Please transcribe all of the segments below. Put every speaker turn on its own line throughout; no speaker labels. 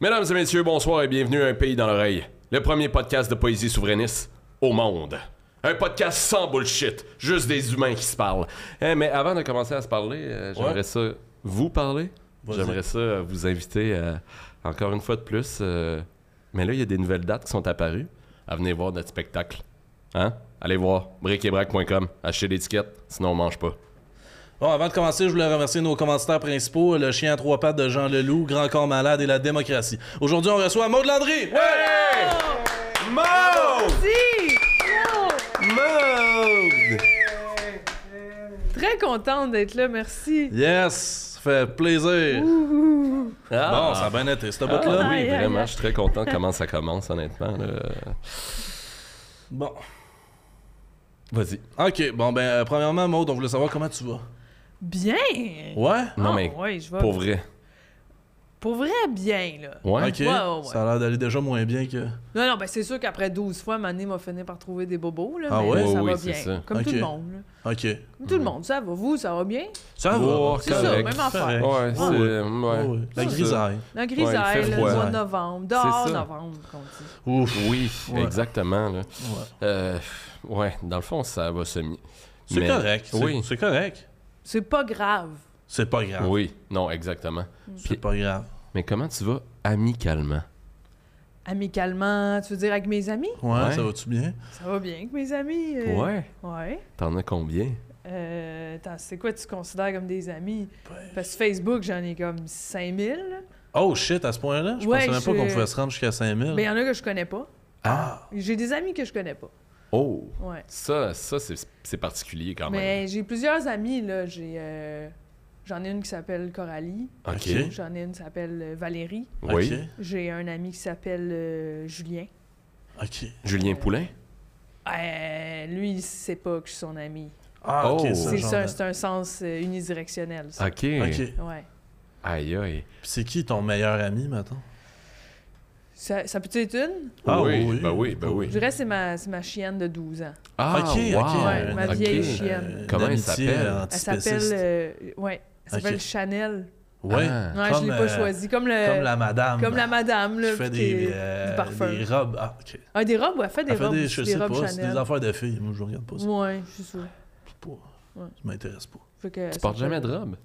Mesdames et messieurs, bonsoir et bienvenue à Un pays dans l'oreille, le premier podcast de poésie souverainiste au monde. Un podcast sans bullshit, juste des humains qui se parlent. Eh, mais avant de commencer à se parler, euh, j'aimerais
Ouais.
ça vous parler.
Vas-y.
J'aimerais ça euh, vous inviter euh, encore une fois de plus. euh, mais là, il y a des nouvelles dates qui sont apparues. À venir voir notre spectacle. Hein? Allez voir, briquetbrac.com, achetez l'étiquette, sinon on mange pas.
Bon, avant de commencer, je voulais remercier nos commanditaires principaux, le chien à trois pattes de Jean Leloup, Grand Corps Malade et la démocratie. Aujourd'hui, on reçoit Maud Landry! Ouais!
Très contente d'être là, merci.
Yes! Ça Fait plaisir! Bon, ça a bien été, ce
Ah,
bout-là.
oui,
Aïe, aïe,
vraiment,
aïe.
je suis très content de comment ça commence, honnêtement. là.
Bon.
Vas-y.
OK, bon, ben, euh, premièrement, Maud, on voulait savoir comment tu vas.
Bien!
Ouais?
Non,
Ah,
mais
ouais, je vais-
pour vrai.
Pour vrai, bien, là.
Ouais.
OK.
Ouais, ouais, ouais.
Ça a l'air d'aller déjà moins bien que.
Non, non, ben c'est sûr qu'après 12 fois, Mané m'a fini par trouver des bobos, là.
Ah
mais
ouais?
ça
Oui,
va
oui, c'est
bien.
ça.
Comme
Ok.
tout le monde, là.
OK.
Comme tout le monde, ça va. Vous, ça va bien?
Ça va?
Oh,
C'est ça,
Correct.
même affaire.
Ouais, c'est. Ouais.
Ah Ouais, Ah ouais. La
C'est ça.
grisaille.
La
Ouais, il fait
grisaille, là,
froid.
le mois de novembre. Dehors,
C'est ça.
novembre, qu'on dit.
Ouf.
Oui,
Ouais.
exactement. Là.
Ouais.
Euh, ouais, dans le fond, ça va semi.
C'est
Mais-
correct. c'est-
Oui.
C'est correct.
C'est pas grave.
C'est pas grave.
Oui, non, exactement.
C'est pas grave.
Mais comment tu vas amicalement?
Amicalement, tu veux dire avec mes amis?
Ouais,
Ouais.
ça va-tu bien?
Ça va bien avec mes amis? euh, Ouais.
T'en as combien?
Euh, attends, c'est quoi tu considères comme des amis?
Ben,
Parce que Facebook, j'en ai comme 5000, là.
Oh shit, à ce point-là? Je
Ouais,
pensais même pas
je-
qu'on pouvait se rendre jusqu'à 5000.
Mais il y en a que je connais pas.
Ah!
J'ai des amis que je connais pas.
Oh!
Ouais.
Ça, ça c'est c'est particulier
Ah,
quand même.
Mais j'ai plusieurs amis, là. J'ai. euh, J'en ai une qui s'appelle Coralie.
Ok.
J'en ai une qui s'appelle euh, Valérie.
Ah, Oui.
J'ai un ami qui s'appelle euh, Julien.
OK. OK.
Julien Poulain?
Euh, lui, il sait pas que je suis son ami.
Ah,
Oh.
ok,
C'est
ça,
C'est
genre
ça,
de-
c'est un sens euh, unidirectionnel, ça.
Ok.
Ok.
Ouais.
Aïe aïe.
Puis c'est qui ton meilleur ami, maintenant?
Ça, ça peut être une?
Ah,
oui,
oui.
Ben oui, ben
Je
oui.
dirais que c'est ma, c'est ma chienne de 12 ans.
Ah,
ok, ok.
wow.
Ouais, ma
Ok.
vieille
euh,
chienne.
Comment elle
d'amitié,
s'appelle?
euh,
Elle s'appelle.
antispéciste.
euh, ouais. Elle s'appelle
Ok.
Chanel.
Ouais.
Ah.
Ouais,
Comme,
je l'ai
euh,
pas choisie. Comme le.
Comme la madame.
Comme la madame, là.
Qui fait
puis
des,
qui-
euh,
du parfum.
des robes. Ah, ok.
Ah, des robes, ouais, elle fait des
Elle fait
robes.
des,
aussi,
je
des
sais
robes
pas, c'est
Chanel.
des affaires de filles. Moi, je regarde pas ça.
Ouais, je suis sûre.
Pas-
Ouais.
Ça m'intéresse pas.
Fait que
Tu
ça
portes
fait-
jamais de robe?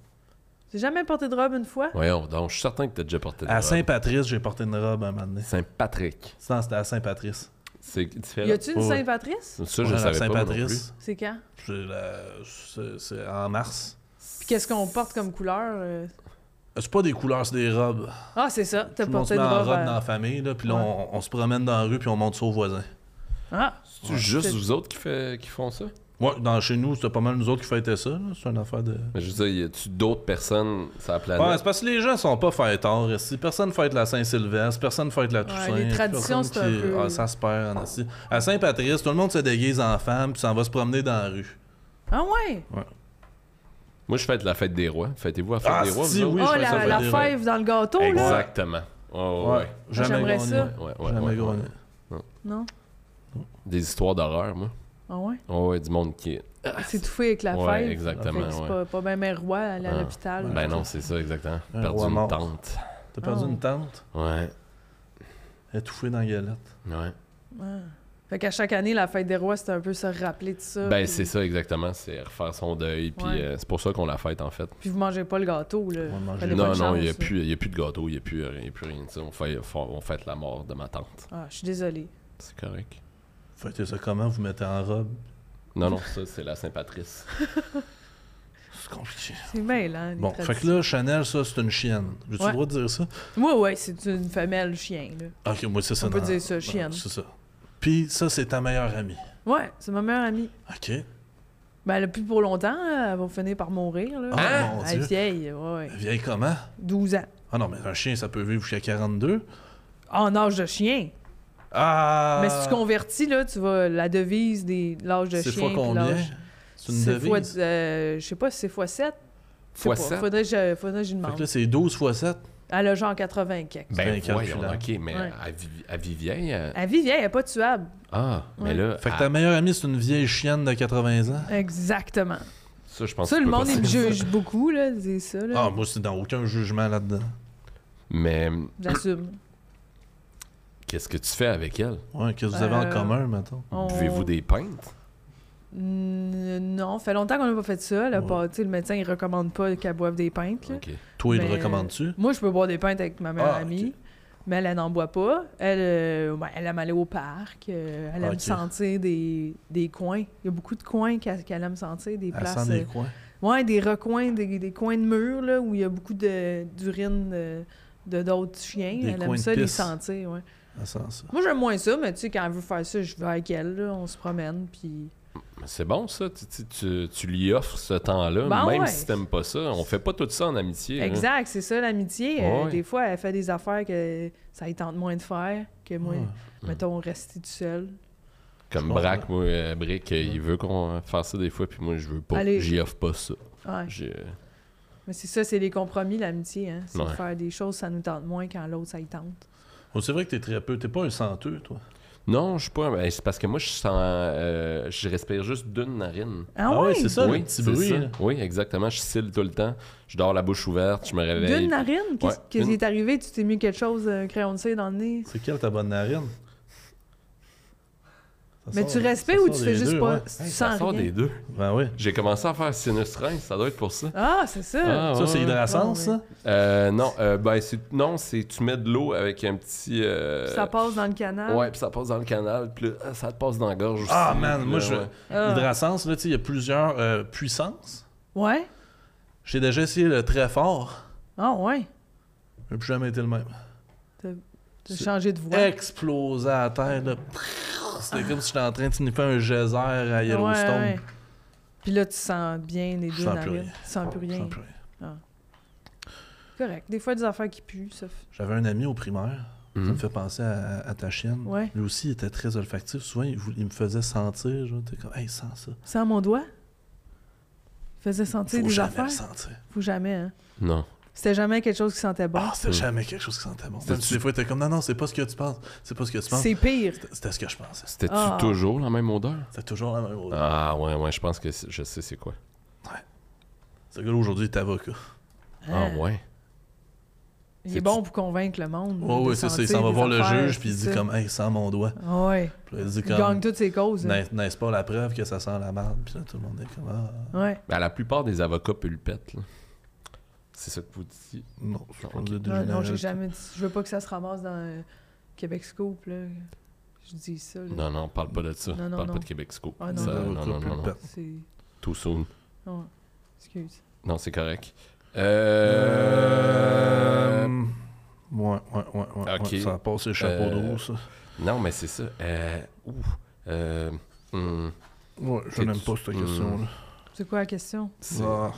J'ai jamais porté de robe une fois?
Voyons donc, je suis certain que t'as déjà porté de
À
robe.
Saint-Patrice, j'ai porté une robe un moment donné.
Saint-Patrick.
Non, C'était à Saint-Patrice.
C'est
Y
différent.
a-tu une
Ouais.
Saint-Patrice?
Ça, je
Ouais, à
savais pas. moi non plus.
Saint-Patrice.
C'est quand?
c'est la- C'est c'est en mars.
Puis qu'est-ce qu'on porte comme couleur? euh?
C'est pas des couleurs, c'est des robes.
Ah, c'est ça, t'as
Tout le monde se
porté
met
de
en
robe. euh,
robe
à-
dans la famille, là, puis là,
Ouais.
on, on se promène dans la rue, puis on monte ça aux voisins.
Ah,
C'est juste
C'est-
vous autres qui, fait, qui font ça?
Ouais, dans, chez nous, c'était pas mal nous autres qui fêtaient ça. là. C'est une affaire de.
Mais je veux dire, y a-tu d'autres personnes sur la
Ouais,
planète?
c'est parce que les gens sont pas fêtards. Si personne fête la Saint-Sylvestre, personne fête la Toussaint.
les traditions,
personne
c'est un peu-
Ah, ça se perd en esti. À Saint-Patrice, tout le monde se déguise en femme, puis s'en va se promener dans la rue.
ah ouais!
Moi, je fête la fête des rois. Fêtez-vous la fête
Ah,
des rois?
si,
vous autres?
oui,
oh,
je fais ça,
la, la
je fais des-
fève dans le gâteau, là!
Exactement. Oh, ouais.
Jamais
Ah, J'aimerais
gagné.
ça.
Ouais, ouais,
Jamais hein.
ouais,
gagné.
ouais.
Non?
Des histoires d'horreur, moi.
Ah ouais?
Oh, ouais, du monde qui.
C'est étouffé avec la
Ah, Ouais,
fève.
exactement,
Fait que c'est
ouais.
pas, pas bien mes roi à aller à
Ah.
l'hôpital.
Ben non, c'est ça, exactement.
Un
Perdu
roi
une
mort.
tante.
T'as perdu
Ah.
une tante,
Ouais,
étouffée dans la galette.
ouais.
Ah. Fait qu'à chaque année, la fête des rois, c'est un peu se rappeler de ça.
Ben,
puis-
c'est ça, exactement. C'est refaire son deuil. Puis
Ouais.
euh, c'est pour ça qu'on la fête, en fait.
Puis vous mangez pas le gâteau, là.
On va manger-
Fallait
Non,
pas de
non, il
chance,
n'y a,
là.
plus- y a plus de gâteau, il n'y a, plus rien- y a plus rien. de ça. On fait, on fête la mort de ma tante.
Ah, je suis désolée.
C'est correct.
Fêtez ça comment? Vous mettez en robe?
Non, non, ça, c'est la Saint-Patrice.
C'est compliqué.
C'est mêlant, les
Bon, fait que là, Chanel, ça, c'est une chienne. J'ai-tu
Ouais.
le droit de dire ça?
Moi, ouais, c'est une femelle chien, là.
Ah, Ok, moi, c'est ça.
On peut
non.
dire ça,
Non,
chienne.
C'est ça. Puis ça, c'est ta meilleure amie.
Ouais, c'est ma meilleure amie.
Ok.
Ben, elle a plus pour longtemps, là, elle va finir par mourir, là.
Ah,
Hein?
mon
elle est
Dieu.
vieille, ouais.
Vieille comment?
12 ans.
Ah non, mais un chien, ça peut vivre jusqu'à 42.
En âge de chien.
Ah!
Mais si tu convertis, là, tu vas la devise des l'âge de
C'est
chien.
fois
puis
combien?
l'âge-
C'est une
C'est fois,
devise.
euh, je sais pas si c'est fois 7.
Fois sept?
Faudrait que je, faudrait que je lui demande.
Fait que Mm. là, c'est 12 fois 7.
Elle a genre 80 et quelques.
Ben,
C'est
voyons,
incalculable.
ok, mais
Ouais.
à, Vivi- à Vivien, euh,
Elle vit vieille, elle est pas tuable.
ah, mais
Ouais.
là,
Fait que
à-
ta meilleure amie, c'est une vieille chienne de 80 ans.
Exactement.
ça, je pense
Ça,
que
le
tu peux
monde,
pas
il me
dire ça.
juge beaucoup, là, c'est ça, là.
Ah, moi, c'est dans aucun jugement là-dedans.
Mais hum,
J'assume.
Qu'est-ce que tu fais avec elle?
Ouais, qu'est-ce que vous avez en
Euh,
commun, mettons?
On-
Buvez-vous des pintes?
Mm, Non, fait longtemps qu'on n'a pas fait ça. Là,
Ouais.
pas- tu sais, le médecin, il recommande pas qu'elle boive des pintes. là.
Ok.
Toi, il le
mais-
recommande-tu?
Moi, je peux boire des pintes avec ma meilleure
Ah,
amie,
ok.
mais elle, elle n'en boit pas. Elle, euh, ben, elle aime aller au parc, euh, elle
Ah,
aime
ok.
sentir des, des coins. Il y a beaucoup de coins qu'elle qu'elle aime sentir, des
Elle
places.
sent des coins.
euh, ouais, des recoins, des, des coins de murs là, où il y a beaucoup de- d'urine de de d'autres chiens.
Des
elle
coins
aime
de
ça, les
pisse.
sentir. ouais.
Elle sent ça.
Moi, j'aime moins ça, mais tu sais, quand elle veut faire ça, je vais avec elle, là, on se promène, puis.
Mais C'est bon, ça. Tu, tu, tu- tu lui offres ce temps-là,
Ben
même
ouais.
si t'aimes pas ça. On fait pas tout ça en amitié. hein.
Exact, c'est ça l'amitié. Euh,
Ouais.
Des fois, elle fait des affaires que ça lui tente moins de faire que moi.
Ouais.
Mettons, rester tout seul.
Comme
Je
Braque, moi, euh, Brick, euh, il veut qu'on euh, fasse ça des fois, puis moi, je veux pas.
Allez.
J'y offre pas ça.
Ouais.
J'ai- euh,
Mais c'est ça, c'est les compromis, l'amitié. Hein? C'est de
Ouais.
faire des choses, ça nous tente moins quand l'autre, ça y tente.
Oh, c'est vrai que t'es très peu. T'es pas un senteux, toi.
Non, je suis pas. ben, c'est parce que moi, je sens. euh, je respire juste d'une narine.
Ah,
ouais,
ouais?
c'est ça,
oui,
le petit
c'est
bruit.
ça.
là.
Oui, exactement. Je cille tout le temps. Je dors la bouche ouverte, je me réveille.
D'une narine? Qu'est-ce
Ouais,
qu'est-ce qui
une.
est arrivé? Tu t'es mis quelque chose, un crayon de cire dans le nez?
C'est quelle ta bonne narine? Ça
Mais
sort-
tu
ça
respectes
sort
ou tu
des
fais juste
deux,
pas.
ouais.
Tu
Hey, ça
sens
sort
rien.
des deux.
Ben oui.
J'ai commencé à faire sinus rein, ça doit être pour ça.
Ah, c'est ça!
Ah,
Ça,
ouais,
c'est
ouais.
hydrascence,
Ah, ouais.
ça?
Euh, non, euh, ben, c'est, non, c'est tu mets de l'eau avec un petit.
Ah,
euh,
Ça passe dans le canal.
Ouais, puis ça passe dans le canal, puis là, ah, ça te passe dans la gorge aussi.
Ah, man,
puis
moi,
là,
je.
ouais.
Ah.
Hydrascence, là, tu sais, il y a plusieurs euh, puissances.
Ouais?
J'ai déjà essayé le très fort.
Ah, ouais.
J'ai plus jamais été le même.
T'as
C'est-
changé de voix.
Explosé à terre, là. Prrr, C'était comme si j'étais en train de sniffer un geyser à Yellowstone.
Ouais, ouais. Puis là, tu sens bien les
Je
deux
sens plus
narines.
rien.
Tu sens plus
Je
rien.
sens plus rien.
Correct. Des fois, il y a des affaires qui puent, ça. f-
J'avais un ami au primaire. Ça
Mhm.
me fait penser à, à ta chienne.
Ouais.
Lui aussi, il était très olfactif. Souvent, il, voulait- il me faisait sentir. Genre, t'es comme, hey, sens ça.
Sens mon doigt? Il faisait sentir
Faut
des
jamais
affaires?
le sentir.
Faut jamais, hein?
Non.
C'était jamais quelque chose qui sentait bon.
Ah, c'était
Mhm.
jamais quelque chose qui sentait bon.
C'était-
Même si des fois, il était comme, non, non, c'est pas ce que tu penses. C'est pas ce que tu penses.
c'est pire.
C'était- C'était ce que je pensais.
C'était-tu
Ah.
toujours la même odeur?
C'était toujours la même chose.
Ah, ouais, ouais, je pense que c'est- je sais c'est quoi.
Ce gars-là, aujourd'hui, est avocat.
Ah,
Hein.
ouais.
Il est
C'est-tu-
bon pour convaincre le monde.
Ouais,
de
ouais, c'est ça. Il
sentir
s'en va
des
voir
affaires,
le juge, puis il
c'est
dit
ça.
comme, hey, sens mon doigt.
Ah Ouais.
Puis là, il dit
Il gagne
comme,
toutes ses causes. hein.
n'est- n'est-ce pas la preuve que ça sent la merde? Puis là, tout le monde est comme, ah,
Ouais.
Ben, la plupart des avocats pulpètent, là. C'est ça que vous dites.
non, je pense
Ok.
que
Non, non, j'ai jamais dit. Je veux pas que ça se ramasse dans euh, Québec Scoop, là. Je dis ça. là.
Non, non, parle pas de ça.
Mm. Non, non,
parle
non.
pas de Québec Scoop.
Ah, non,
Ça,
non.
non, non, non, non.
C'est.
Too soon.
Non. Excuse.
Non, c'est correct.
Euh...
Euh...
Ouais, ouais, ouais, ouais,
Ok.
ouais, Ça a passé chapeau
Euh,
d'eau, ça.
Non, mais c'est ça. Euh... Ouh. Euh... hmm,
Ouais, je
c'est-
n'aime pas cette
Hmm.
question-là.
C'est quoi la question?
c'est-
Ah.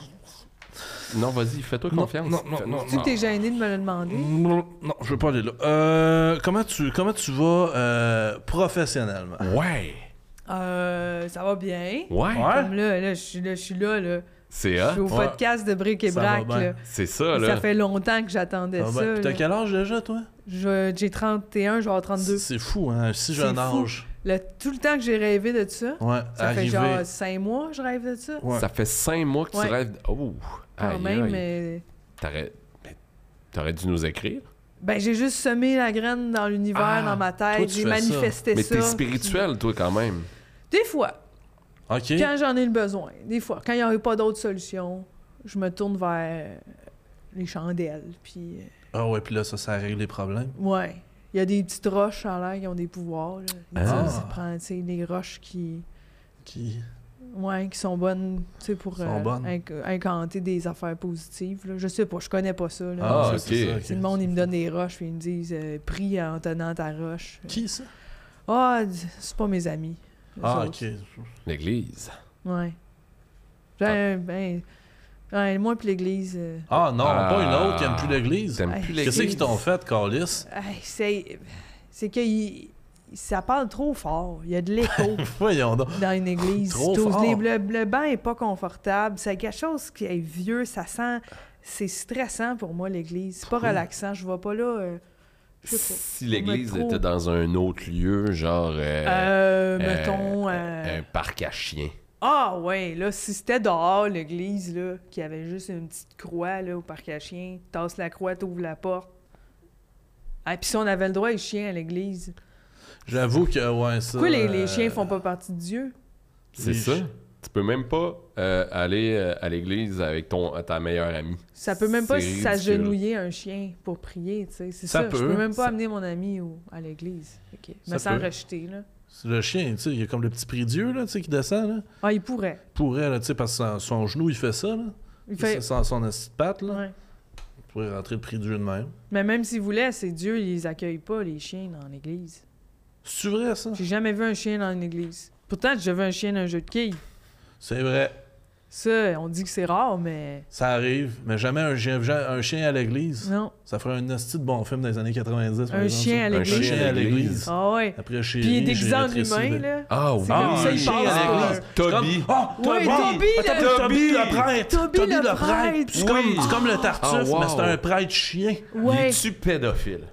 Non, vas-y, fais-toi
Non,
confiance.
non, non,
Fais-
non,
Tu que t'es gêné de me le demander?
Non, non, je veux pas aller là. Euh, comment, tu, comment tu vas euh, professionnellement?
Ouais.
Euh, ça va bien.
Ouais.
Ouais.
Comme là, là, je suis là, je suis là, là.
C'est
Je
hein?
suis au
Ouais.
podcast de Bric et
Ça va
Brac,
bien.
là.
C'est ça,
Ça
là.
fait longtemps que j'attendais
Ah ben,
ça.
puis
là.
T'as quel âge déjà, toi?
Je- J'ai 31, je vais avoir 32.
C'est fou, hein? Un si jeune
C'est fou.
âge.
Le- tout le temps que j'ai rêvé de ça,
Ouais,
ça
arrivé.
fait genre euh, 5 mois que je rêve de ça.
Ouais.
Ça fait cinq mois que tu
Ouais.
rêves. de- Oh.
Quand
aïe,
même,
aïe.
mais...
T'aurais... mais T'aurais dû nous écrire.
Ben, j'ai juste semé la graine dans l'univers,
Ah,
dans ma
toi,
tête.
tu
J'ai
fais
manifesté
Mais
ça.
t'es spirituel, toi, quand même.
Des fois,
Ok.
quand j'en ai le besoin. Des fois, quand il n'y aurait pas d'autre solution, je me tourne vers euh, les chandelles, puis... euh,
Ah ouais, puis là, ça, ça règle les problèmes.
Ouais. Il y a des petites roches en l'air qui ont des pouvoirs. Là. Ils
Ah.
disent, ça prend, tu sais, des roches qui,
Qui...
ouais, qui sont bonnes, tu sais, pour euh,
Sont bonnes.
inc- incanter des affaires positives. là. Je sais pas, je connais pas ça. Là.
Ah,
ça,
ok.
c'est ça,
C'est
Si le monde, ils me donnent des roches, puis ils me disent euh, Prie en tenant ta roche.
Qui, ça?
Ah, d- c'est pas mes amis. eux
Ah,
autres.
ok.
L'église.
Ouais. J'ai un- ben, ouais, moi puis l'église. euh,
Ah non,
Ah.
pas une autre qui aime plus l'église.
T'aimes
Hey,
plus
Qu'est-ce
l'église.
qu'ils t'ont fait, Carlis?
hey, c'est. C'est que il- ça parle trop fort. Il y a de l'écho.
Voyons donc.
dans une église.
Trop
tous
fort.
les- le, le bain est pas confortable. C'est quelque chose qui est vieux. Ça sent. C'est stressant pour moi, l'église. C'est pas
Pourquoi?
relaxant. Je vois pas là. euh, je sais
Si
Pour me
l'église
pro-
était dans un autre lieu, genre euh,
pas.
euh,
Euh, mettons. euh,
un parc à chiens.
Ah, ouais, là, si c'était dehors, l'église, là, qui avait juste une petite croix, là, au parc à chiens, tasse la croix, t'ouvres la porte. Ah, puis si on avait le droit, les chiens à l'église.
J'avoue que, ouais, ça.
Pourquoi les, les
euh,
chiens font pas partie de Dieu?
C'est
les
ça.
chi-
Tu peux même pas euh, aller euh, à l'église avec ton, ta meilleure amie.
Ça peut même pas
C'est ridicule.
s'agenouiller un chien pour prier, tu sais. C'est
Ça
ça. Je
peut.
peux même pas
Ça-
amener mon ami au- à l'église. Ok.
Ça
Me sens
peut.
rejeté, là.
Le chien, tu sais, il y a comme le petit prie-dieu, là, tu sais, qui descend, là.
Ah, il pourrait.
Pourrait, là, tu sais, parce que son, son genou, il fait ça, là.
Il fait.
Sans son esti de patte, là.
Ouais.
Il pourrait rentrer le prie-dieu de même.
Mais même s'il voulait, c'est Dieu, il les accueille pas, les chiens, dans l'église.
C'est vrai, ça?
J'ai jamais vu un chien dans une église. Pourtant, j'ai vu un chien dans un jeu de quilles.
C'est vrai.
Ça, on dit que c'est rare, mais
Ça arrive, mais jamais un chien, un chien à l'église.
non.
Ça ferait un esti de bon film des années 90, par
Un
exemple,
chien
ça.
à l'église.
Un chien à l'église.
Ah ouais.
Après, chez
Puis il est déguisé en humain, là.
Ah
C'est comme
oui,
ça,
un
il
chien
passe
à
par-
l'église.
Toby!
Oh,
Ouais, Toby,
Attends,
le-
Toby le prêtre!
Toby le prêtre.
C'est comme,
Oui.
c'est comme le Tartuffe,
Ah, wow.
mais c'est un prêtre chien.
Ouais.
Es-tu pédophile?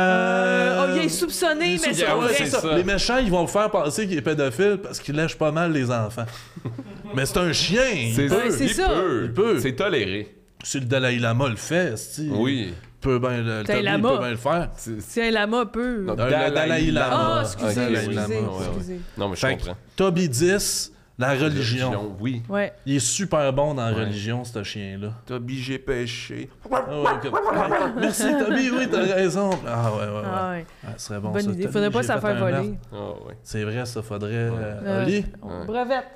Euh, oh, il est soupçonné, mais
sous-
c'est
Ah ouais,
vrai.
c'est ça.
Les méchants, ils vont vous faire penser qu'il est pédophile parce qu'il lèche pas mal les enfants. mais c'est un chien! il peut.
Ouais, Ben, c'est
il
ça.
Peut.
Il peut.
C'est toléré.
Si le Dalai Lama le fait, esti,
Oui.
il peut bien le, le
Dalai
Toby, il
Lama.
peut bien le faire.
Tiens, lama peut.
Non,
Euh, le Dalai
Ah,
Lama.
excusez,
Ah, Dalai
excusez,
Lama, ouais, ouais.
excusez.
Non, mais je
Fait que
comprends.
Toby 10, la religion.
Oui.
Ouais.
Il est super bon dans la
Ouais.
religion, ce chien-là.
Toby, j'ai pêché.
Ah ouais, comme- Ouais, Merci, Toby, oui, t'as raison. Ah ouais, ouais, ouais.
Ah, ouais.
Ah, ce serait bon,
Bonne
ça.
idée.
Toby,
Faudrait pas
j'ai
s'en
fait
faire
un meurtre.
voler.
Ah ouais.
C'est vrai, ça faudrait. euh,
Euh,
Oli,
on-
Ouais.
Brevette.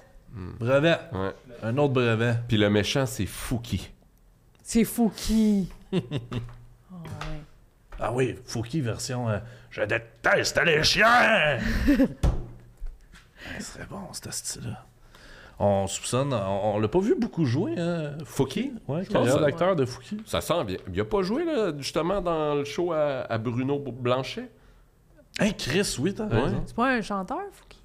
brevet.
ouais.
Un autre brevet.
Puis le méchant, c'est Fouki.
C'est Fouki. Ah, ouais.
Ah oui, Fouki version. euh, je déteste les chiens! Ah, Ce serait bon, ce style-là. On soupçonne, on, on l'a pas vu beaucoup jouer, hein? Fouki? Ouais,
pense
carrière
que-
d'acteur de Fouki.
Ça sent bien. Il a pas joué, là, justement, dans le show à, à Bruno Blanchet?
Hein, Chris, oui, t'as
Ouais.
raison.
C'est pas un chanteur, Fouki.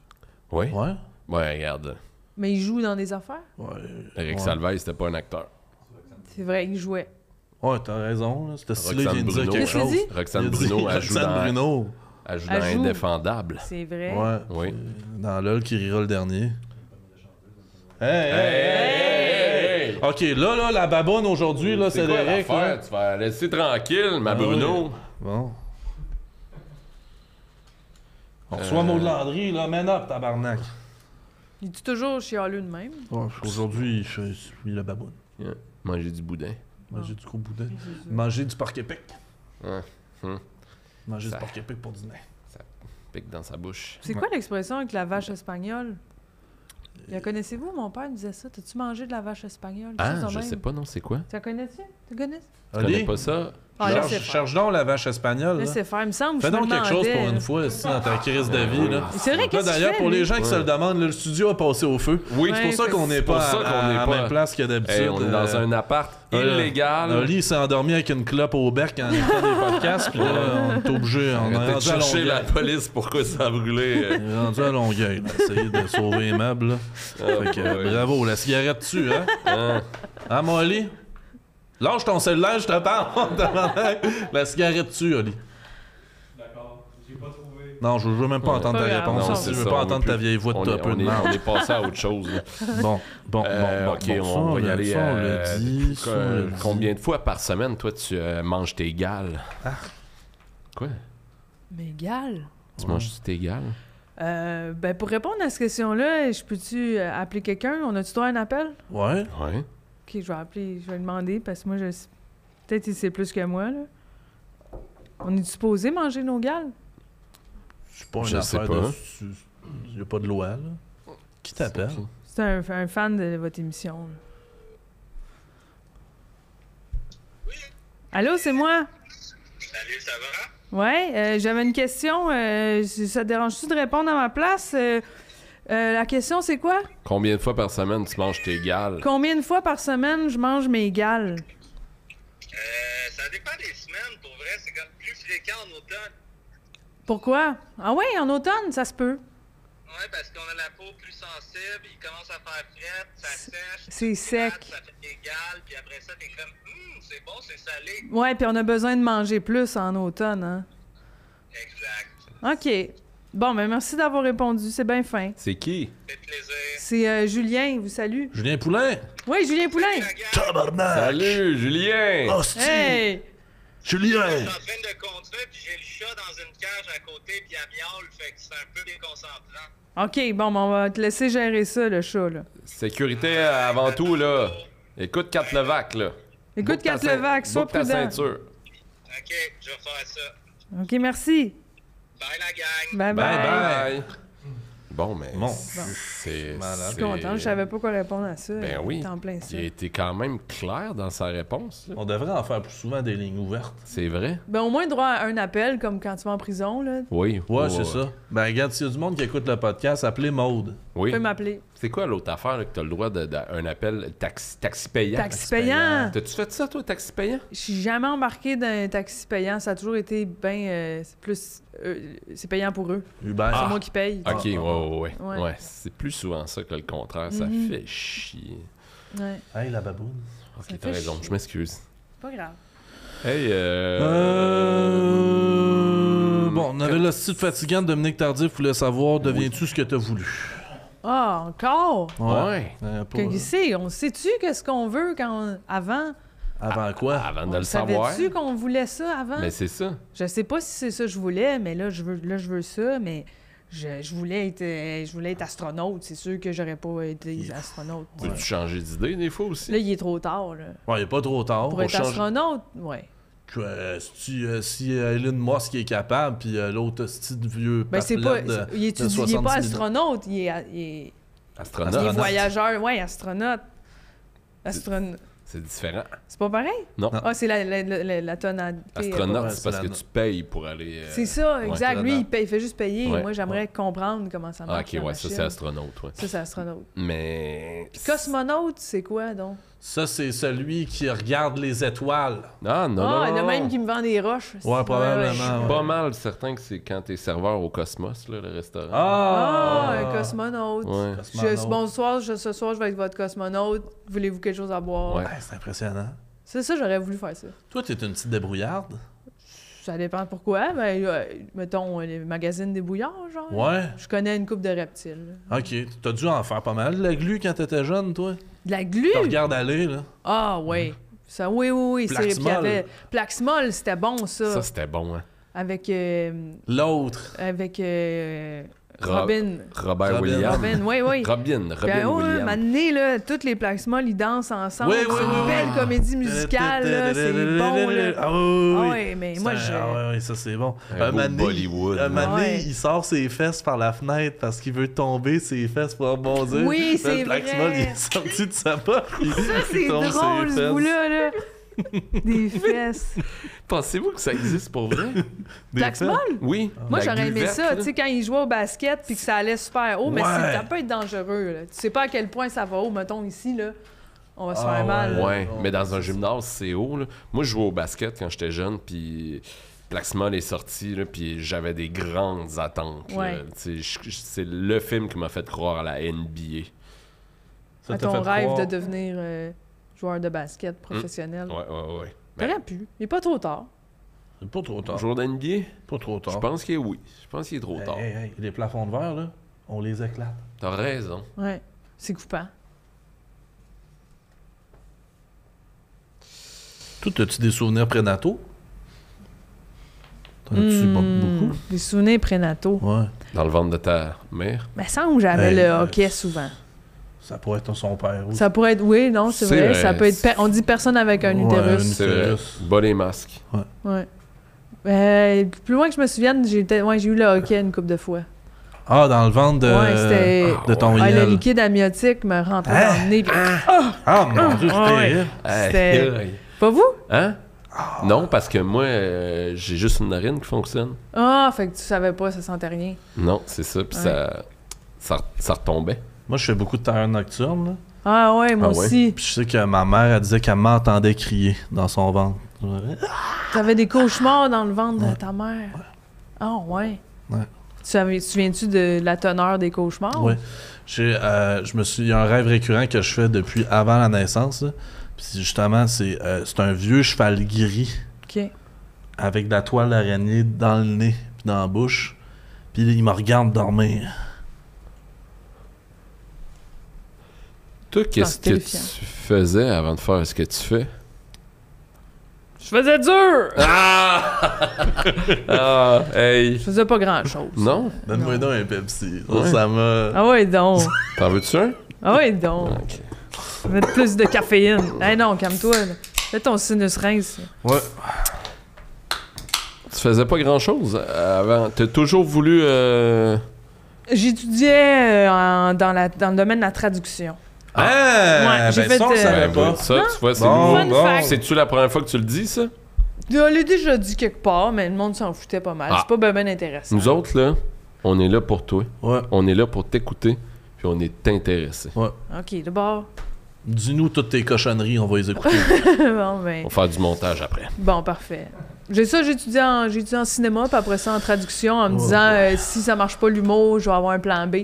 Oui. Ouais,
Ouais.
regarde.
Mais il joue dans des affaires.
Ouais,
Eric
Ouais.
Salvay, c'était pas un acteur.
C'est vrai, il jouait.
ouais t'as raison, là. C'était stylé, il
Roxane
vient de dire
Bruno.
quelque
Qu'est-ce
chose.
qu'il dit?
Roxane
Il a dit
Bruno, elle joue
Roxane
dans,
Bruno.
elle joue
Elle
dans
joue.
Indéfendable.
C'est vrai.
Ouais.
Oui.
Dans LOL qui rira le dernier. Hey, hey, hey, hey, hey. Ok, là, là, la baboune aujourd'hui, là, c'est
quoi
direct.
l'affaire?
là.
Tu vas laisser tranquille, ma
Ah
Bruno.
oui. Bon. On
Euh.
reçoit Maud Landry, là, man up, tabarnak.
Il dit toujours chialu de même.
aujourd'hui, je suis la baboune.
Yeah. Manger du boudin.
Manger du gros boudin. Manger du porc épic.
Hein, hein.
Manger
Ça-
du porc épic pour dîner.
Pique dans sa bouche.
C'est quoi l'expression avec la vache espagnole? La connaissez-vous? Mon père me disait ça. T'as-tu mangé de la vache espagnole? Quelque
Ah,
chose de
je
même.
sais pas, non, c'est quoi?
Tu la connais-tu? Tu connais?
Je connais pas ça.
Ah,
charge,
laissez faire.
charge donc la vache espagnole. là.
Laissez faire. Il me semble que
Fais
je me
donc quelque chose
demandais,
pour
là.
une fois, si, dans ta crise de vie, là.
C'est vrai,
Là,
qu'est-ce qu'il
d'ailleurs,
fait,
pour les
lui?
gens qui se le demandent, là, le studio a passé au feu.
Oui,
Ouais.
C'est pour ça qu'on n'est
C'est pour
pas
ça
à-
qu'on
à
n'est
la
pas-
même place que d'habitude.
Hey, on est dans
Euh,
un appart
euh,
illégal.
Oli s'est endormi avec une clope au bec en écoutant des podcasts, puis là, on est obligé, on
Arrêtez
est
de
rendu à
chercher
Longueuil.
la police pourquoi ça a brûlé. euh.
On est rendu à Longueuil, là, essayer de sauver les meubles. là. Fait que,
Ah, ouais.
bravo, la cigarette tue, hein?
Hein?
Hein, mon Oli? Lâche ton cellulaire, je te parle. la cigarette tue, Oli.
D'accord, j'ai pas trouvé.
Non, je veux même pas
Ouais.
entendre ta
Pas grave,
réponse.
on
si
s'en
je veux
va.
pas
On
entendre
veut
ta
plus.
vieille voix de
on,
top.
est, on, est, on est passé à autre chose. là.
Bon, bon,
Euh,
bon, bon.
ok,
bon,
on
ça,
va y
le-
aller.
ça, on
euh,
le dit, ça, on
euh,
le dit.
combien de fois par semaine, toi, tu euh, manges tes gales? Quoi?
Mais égal.
Tu manges tes gales?
Euh, ben pour répondre à cette question-là, je peux-tu euh, appeler quelqu'un? On a-tu droit à un appel?
Ouais.
Ouais.
Ok, je vais appeler, je vais demander parce que moi, je sais- peut-être il sait plus que moi. Là. On est supposé manger nos gales?
C'est pas une
Je sais
affaire
pas.
de... Il n'y a pas de loi, là. Qui t'appelle?
C'est un, un fan de votre émission. là. Allô, c'est moi?
Salut, ça va?
Ouais, euh, j'avais une question. euh, ça te dérange-tu de répondre à ma place? Euh, euh, la question, c'est quoi?
Combien de fois par semaine tu manges tes gales?
Combien de fois par semaine je mange mes gales?
Euh, ça dépend des semaines, pour vrai, c'est comme plus fréquent en automne.
Pourquoi? Ah ouais, en automne, ça se peut.
Ouais, parce qu'on a la peau plus sensible, il commence à faire fret, ça sèche.
c'est
tu grattes,
sec.
Ça fait égal, puis après ça, t'es comme, hum, c'est bon, c'est salé.
Ouais, puis on a besoin de manger plus en automne, hein?
Exact.
OK. Bon, ben merci d'avoir répondu, c'est bien fin.
C'est qui?
Fait plaisir.
C'est euh, Julien, il vous salue.
Julien Poulain?
Oui, Julien Poulain!
La gang,
Tabarnak!
Salut, Julien!
Hostie!
Hey!
Je
Julien!
suis en train de conduire, puis j'ai le chat dans une cage à côté, puis il miaule, fait que c'est un peu déconcentrant.
OK, bon, ben, on va te laisser gérer ça, le chat, là.
Sécurité euh, avant tout, là. Écoute Katlevac, là.
Écoute,
Boucle ta ceint-
Katlevac, sois
boucle ta
prudent.
ceinture.
Ok, je vais faire ça.
OK, merci.
Bye la gang!
Bye
Bye,
bye.
bye.
Bon, mais
Bon.
c'est...
Malade.
Je suis contente, je savais pas quoi répondre à ça.
Ben oui.
T'es Euh, en plein ça.
Il a été quand même clair dans sa réponse. là.
On devrait en faire plus souvent des lignes ouvertes.
C'est vrai?
Ben au moins droit à un appel, comme quand tu vas en prison, là. Tu
Oui.
Ouais, c'est ça. Ben regarde, s'il y a du monde qui écoute le podcast, appelez Maude.
Oui.
peux m'appeler.
C'est quoi l'autre affaire là, que t'as le droit d'un de, un appel euh, taxi, taxi payant?
Taxi payant.
T'as-tu fait ça, toi, taxi payant?
Je suis jamais embarqué dans un taxi payant. Ça a toujours été ben euh, c'est plus euh, c'est payant pour eux.
Hubert.
C'est moi qui paye.
Ah. Ok, ouais, ouais, ouais.
Ah. Ouais. Mm-hmm.
Ouais, c'est plus souvent ça que le contraire. Ça fait chier.
Ouais.
Hey, la baboune.
Ok,
fait
t'as raison,
chier.
je m'excuse.
Pas grave.
Hey, euh.
Euh... Bon, on avait le site fatigant de Dominique Tardif voulait savoir deviens-tu ce que t'as voulu
Ah, encore?
Ouais.
Euh, pour-
Que, c'est- on sait-tu qu'est-ce qu'on veut quand on- avant?
Avant quoi
Avant
On
de le savoir.
Savais-tu qu'on voulait ça avant?
Mais c'est ça.
Je sais pas si c'est ça que je voulais, mais là, je veux, là, je veux ça, mais je, je voulais être, euh, je voulais être astronaute. C'est sûr que j'aurais pas été astronaute.
Peux-tu changer d'idée des fois aussi?
Là, il est trop tard, là.
Ouais, il est pas trop tard.
Pour
On
être
change-
astronaute, ouais.
Que, euh, si, euh, si euh, Elon Musk est capable, puis euh, l'autre style de vieux
Ben, c'est pas.
papelette de-
il est,
de
il est
70 000.
pas astronaute, il est, a- il est- il est
Astronaute.
voyageur, ouais, astronaute. Astronaute.
C'est différent.
C'est pas pareil?
Non.
Ah, c'est la, la, la, la- la tonalité. euh,
Astronaute,
Ouais,
c'est
c'est
parce
la
que
no-
tu payes pour aller. euh,
C'est ça,
ouais,
exact. Lui,
astronaute.
il, paye, il fait juste payer.
Ouais.
Moi, j'aimerais comprendre comment ça
Ah,
marche.
ok,
la
ouais, ça c'est
machine.
astronaute, ouais.
Ça, c'est astronaute.
Mais.
Puis cosmonaute, c'est quoi, donc?
Ça, c'est celui qui regarde les étoiles.
Ah, non, non.
Ah,
non,
le
non.
même qui me vend des roches.
Ouais, probablement.
Pas mal certain que c'est quand t'es serveur au Cosmos, là, le restaurant.
Ah,
Ah,
un cosmonaute.
Ouais.
Cosmonaute.
Je- bonsoir, je- ce soir, je vais être votre cosmonaute. Voulez-vous quelque chose à boire?
Ouais.
Ouais, c'est impressionnant.
C'est ça, j'aurais voulu faire ça.
Toi, t'es une petite débrouillarde.
Ça dépend pourquoi, mais euh, mettons, euh, les magazines des bouillards, genre.
Ouais.
Je connais une coupe de reptiles.
Ok, t'as dû en faire pas mal de la glu quand t'étais jeune, toi.
De la
Te
glu?
regarde aller, là.
Ah, ouais. Ça, oui, oui, oui. c'est- puis il y
Plaxmol.
avait- Plaxmol, c'était bon, ça.
Ça, c'était bon, hein.
Avec, euh,
L'autre.
avec euh,
Rob-
Robin.
Robert
Robin.
Williams.
Robin, oui, oui.
Robin, Robin
Puis, oh,
Williams.
mané, là, toutes les Plaxmol, ils dansent ensemble.
Oui, oui,
c'est une
oui,
belle
oui.
comédie musicale, là. C'est bon, là.
Ah oui, oui,
Ah
oui.
ouais, mais
C'est
moi,
un-
je...
Ah ouais, ouais, ça c'est bon.
Un
Un
beau
moment donné,
Bollywood,
un
là.
moment donné,
Ouais.
il sort ses fesses par la fenêtre parce qu'il veut tomber ses fesses pour rebondir.
Oui,
Là,
c'est
le Black
vrai.
Swan, il est sorti de sa poche.
Ça, c'est drôle, ce bout-là, là. Des fesses.
Pensez-vous que ça existe pour vrai?
Plaxmol?
oui.
Ah,
Moi,
La
j'aurais aimé
guvette,
ça,
là.
tu sais, quand ils jouaient au basket puis que ça allait super haut, mais
Ouais.
c'est- ça peut être dangereux. Là. Tu sais pas à quel point ça va haut, mettons ici, là. On va se
Ah,
faire mal.
là.
Ouais,
On-
mais dans un gymnase, c'est haut. là. Moi, je jouais au basket quand j'étais jeune, puis Plaxmol est sorti, là, puis j'avais des grandes attentes. là.
Ouais.
Tu sais, je- je- C'est le film qui m'a fait croire à la NBA.
Ça
à
t'a
ton
fait
rêve
croire. Mm.
de devenir euh, joueur de basket professionnel.
Ouais, ouais, ouais. Mais-
T'aurais pu. Il est pas trop tard.
C'est Pas trop tard.
Jour d'NBA?
Pas trop tard.
Je pense qu'il est oui. Je pense qu'il est trop
Eh.
Hey,
tard.
hey, hey, Les plafonds de verre, là, on les éclate.
T'as raison.
Ouais. C'est coupant.
Toi, as-tu des souvenirs prénataux? T'en as-tu
Hmm, Des souvenirs prénataux.
beaucoup? Ouais.
Dans le ventre de ta mère.
Mais ça où j'avais
Hey,
le
euh,
hockey souvent.
Ça pourrait être son père. oui.
Ça pourrait être. Oui, non, c'est
C'est
vrai.
vrai.
Ça peut être. pe- On dit personne avec un
Ouais,
utérus.
C'est vrai.
Utérus.
Bas les masques.
Ouais. Euh, plus loin que je me souvienne, j'ai peut-être- ouais, j'ai eu le hockey une couple de fois.
Ah, dans le ventre de,
Ouais, c'était-
de ton
Ah, le
yel.
liquide amniotique me rentrait
Hein?
dans le nez. pis-
Ah, mon dieu,
Ah, ouais.
c'était elle.
C'était-
Aïe, aïe.
Pas vous?
Hein?
Ah.
Non, parce que moi, euh, j'ai juste une narine qui fonctionne.
Ah, fait que tu savais pas, ça sentait rien.
Non, c'est ça, puis
Ouais.
ça, ça, ça retombait.
Moi, je fais beaucoup de terreur nocturne. là.
Ah ouais, moi
Ah ouais?
aussi.
Puis je sais que ma mère, elle disait qu'elle m'entendait crier dans son ventre.
T'avais des cauchemars dans le ventre de ta mère. Ah ouais.
Ouais.
Tu savais- tu te souviens-tu de la teneur des cauchemars?
Ouais. J'ai, euh, je me suis, il y a un rêve récurrent que je fais depuis avant la naissance. là. Puis justement, c'est, euh, c'est un vieux cheval gris
Ok.
avec de la toile d'araignée dans le nez puis dans la bouche. Puis il me regarde dormir.
Toi, qu'est-ce que tu
terrifiant.
faisais avant de faire ce que tu fais?
Je Je faisais dur!
Ah! ah! Hey!
Je faisais pas grand-chose.
Non?
Donne-moi Ben, donc un Pepsi. Ça,
Ouais.
Ça m'a.
Ah ouais, donc.
T'en veux-tu un?
Ah ouais, donc.
Ok.
Mettre plus de caféine. Eh non, calme-toi. là. Fais ton sinus rince.
Ouais.
Tu faisais pas grand-chose euh, avant. T'as toujours voulu... euh,
J'étudiais euh, en- dans, la- dans le domaine de la traduction.
Ah!
Ouais, j'ai
ben
fait,
ça, on le
euh,
savait
ben,
pas.
voilà, Ça, tu vois, Oh, c'est
Bon,
nouveau.
Fun
bon.
fact.
C'est-tu la première fois que tu le dis, ça?
Je l'ai déjà dit quelque part, mais le monde s'en foutait pas mal.
Ah.
C'est pas ben, ben intéressant.
Nous autres, là, on est là pour toi.
Ouais.
On est là pour t'écouter, puis on est intéressé.
OK, d'abord.
Dis-nous toutes tes cochonneries, on va les écouter.
bon, ben.
On va faire du montage après.
Bon, parfait. J'ai ça, j'étudie en, j'étudie en cinéma, puis après ça en traduction, en me
Oh,
disant euh, si ça marche pas l'humour, je vais avoir un plan B.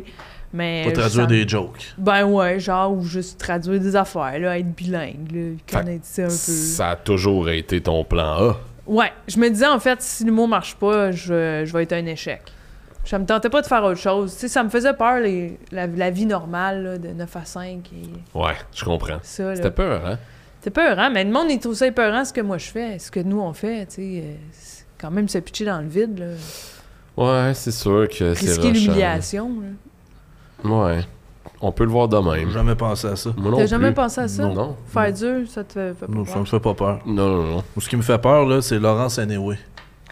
Mais.
Pas
je
traduire
sens-
des jokes.
Ben ouais, genre, ou juste traduire des affaires, là, être bilingue, là, connaître ça un peu.
Ça a toujours été ton plan A.
Ouais, je me disais en fait, si le mot marche pas, je, je vais être un échec. Je me tentais pas de faire autre chose. Tu sais, ça me faisait peur, les- la, la vie normale là, de 9 à 5 et
Ouais, je comprends.
ça.
C'était
là.
peur, hein?
C'est peurant, mais le monde, il trouve ça épeurant ce que moi je fais, ce que nous on fait. Tu sais, euh, c'est quand même se pitcher dans le vide, là.
Ouais, c'est sûr que c'est
risquer
rushant.
l'humiliation. là.
Ouais. On peut le voir de
J'ai
même.
jamais pensé à ça.
Moi non
T'as jamais
plus.
pensé à ça?
Non. Non,
Faire dur, ça te fait pas
Non, ça
peur.
me fait pas peur.
non, non.
Ce qui me fait peur, là, c'est Laurence Anyway.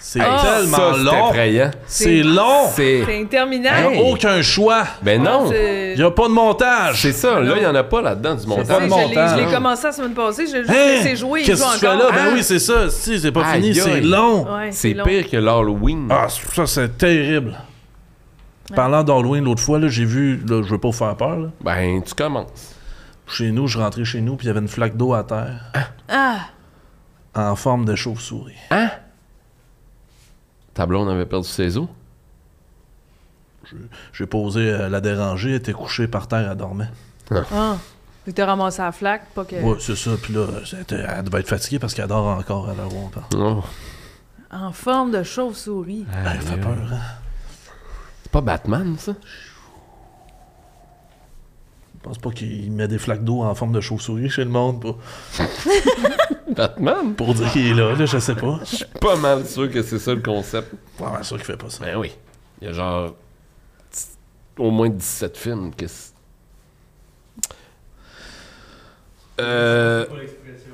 C'est
Hey,
tellement
ça, c'est
long. Oh.
effrayant.
C'est long.
C'est...
C'est
Il
interminable.
Hey.
n'y a aucun choix.
Ben non!
Il n'y a pas de montage.
C'est ça, là, il y en a pas là-dedans du
Je sais,
montage.
de
je l'ai-
montage.
Je l'ai commencé la semaine passée, je l'ai juste
Hein?
laissé jouer. il
Qu'est-ce
joue
que tu fais
encore.
là? Ben
Ah!
oui, c'est ça. Si, c'est pas fini,
Aïe,
c'est
aïe.
long.
Ouais,
C'est
long.
pire que l'Halloween.
Ah, ça, c'est terrible. Parlant d'Halloween, l'autre fois, là, j'ai vu, là, je veux pas vous faire peur, là.
Ben, tu commences.
chez nous, je rentrais chez nous, puis il y avait une flaque d'eau à terre
Ah!
en forme de chauve-souris.
Ta blonde avait perdu ses os.
J'ai posé euh, la déranger, elle était couchée par terre, elle dormait.
Ah! Puis t'as ramassé la flaque, pas que.
Ouais, c'est ça, puis là, c'était- elle devait être fatiguée parce qu'elle dort encore à l'heure où on parle.
Oh.
En forme de chauve-souris.
Ah.
Elle fait peur, hein?
C'est pas Batman, ça?
Je pense pas qu'il met des flaques d'eau en forme de chauve-souris chez le monde pour,
Batman?
pour dire qu'il est là, là, je sais pas.
Pas mal sûr que c'est ça le concept.
Ouais, c'est sûr qu'il fait pas ça.
Ben oui. Il y a genre dix- au moins 17 films. que c'est- Euh,
Pour l'expression,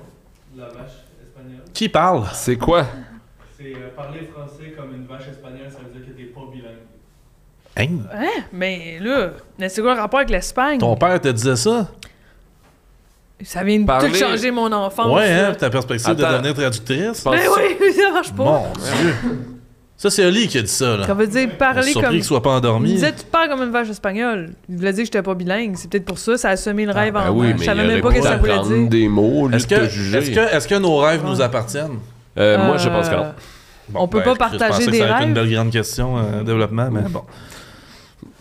la vache espagnole.
Qui parle?
c'est quoi?
C'est euh, parler français comme une vache espagnole, ça veut dire que t'es pas bilingue.
Hein?
Hein? Mais là, mais c'est quoi le rapport avec l'Espagne?
Ton père te disait ça?
Ça vient de
Parler-
tout changer mon enfance.
Ouais,
là.
hein, ta perspective de
Attends.
devenir traductrice?
Ben oui, ça marche pas.
Mon Dieu! Ça, c'est Oli qui a dit ça,
Ça
là.
veut dire
Je
parler
suis
comme.
surpris qu'il soit pas
Il me
endormi.
disait, tu parles comme une vache espagnole. Il voulait dire que j'étais pas bilingue. C'est peut-être pour ça, ça a semé le rêve
Ben oui,
en moi.
mais
je
il
savais
aurait
même pas
pu
ce que ça voulait
t'apprendre
dire.
des mots, lui,
Est-ce
te
que,
juger.
est-ce que, est-ce que nos rêves nous appartiennent?
Euh, Moi, je pense que
Euh,
non.
Bon, ben,
On peut pas
je pensais
partager
que
des
ça allait être
rêves?
une belle grande question, euh, développement, mais bon.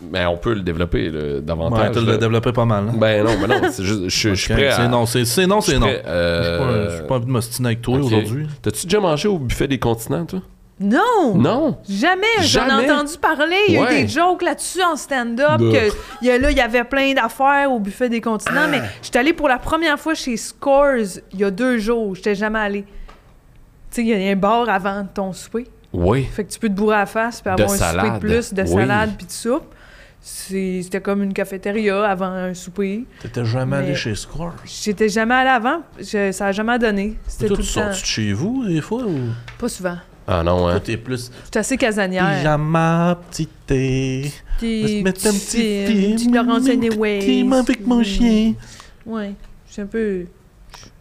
Mais ben, on peut le développer là,
Ouais,
davantage.
tu
là.
l'as développé pas mal. hein.
ben non, ben non, c'est juste, je, je suis
Ok,
prêt à...
C'est non, c'est c'est non,
je suis
c'est non.
prêt, euh,
J'ai pas- J'ai pas envie de m'ostiner avec toi
ok.
aujourd'hui.
T'as-tu déjà mangé au buffet des continents, toi?
Non!
Non!
Jamais, j'en
Jamais.
ai entendu parler. Il y a eu
Ouais. Bah.
des jokes là-dessus en stand-up. que Il y, a- là, il y avait plein d'affaires au buffet des continents,
Ah.
mais j'étais allée pour la première fois chez Scores il y a deux jours. J'étais jamais allée. Tu sais, il y a un bar avant ton souper.
Oui.
Fait que tu peux te bourrer à la face puis
De
avoir un
salade.
souper de plus de
Oui.
salade puis de soupe. C'est- C'était comme une cafétéria avant un souper.
T'étais jamais allé
Mais-
chez Score.
J'étais jamais allée avant. Je- ça a jamais donné. C'était
Toi,
tout
tu
le temps.
sors-tu de chez vous des fois ou
Pas souvent.
Ah non,
toi
hein.
t'es plus
Je suis assez casanière.
pyjama, petit thé, je vais
Puis
te mettre un petit film,
Tu me renseignes,
un petit film avec mon chien.
Ouais. Je suis un peu.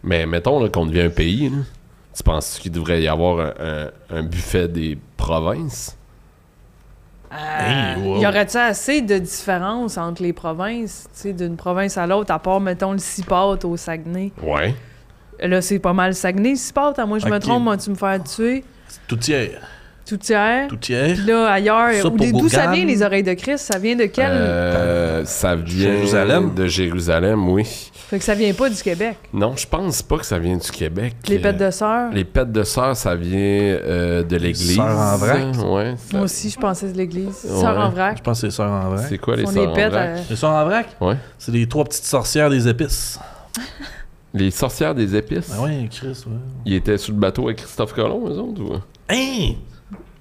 Mais mettons là, qu'on devient un pays, là. tu penses qu'il devrait y avoir un, un- un buffet des provinces?
Ah,
Hey, wow.
y aurait-tu assez de différence entre les provinces, tu sais, d'une province à l'autre, à part, mettons, le Cipote au Saguenay?
Ouais.
Là, c'est pas mal Saguenay, le Cipote. hein? Moi, je me
Ok.
trompe, moi, tu me fais tuer.
Tout hier,
Tout hier.
tout hier.
Puis là, ailleurs,
Ça,
ou des-
pour
d'où ça
Gauguin.
vient, les oreilles de Christ? Ça vient de quel?
Euh, ça vient
Jérusalem?
de Jérusalem, oui.
Fait que ça vient pas du Québec.
Non, je pense pas que ça vient du Québec. Euh,
Les pètes de sœurs.
Les pètes de sœurs, ça vient euh, de l'Église.
Sœurs en vrac.
Ouais. ça-
Moi aussi, je pensais de l'église.
Ouais.
Sœurs en vrac.
Euh, Je pense que c'est sœurs en vrac.
C'est quoi les
On
sœurs
les
en
pète.
vrac?
à-
Les sœurs en vrac?
Ouais.
Ah. C'est les trois petites sorcières des épices.
Les sorcières des épices.
Ah ouais, Chris, ouais.
Ils étaient sur le bateau avec Christophe Colomb, eux autres, ou?
Hein!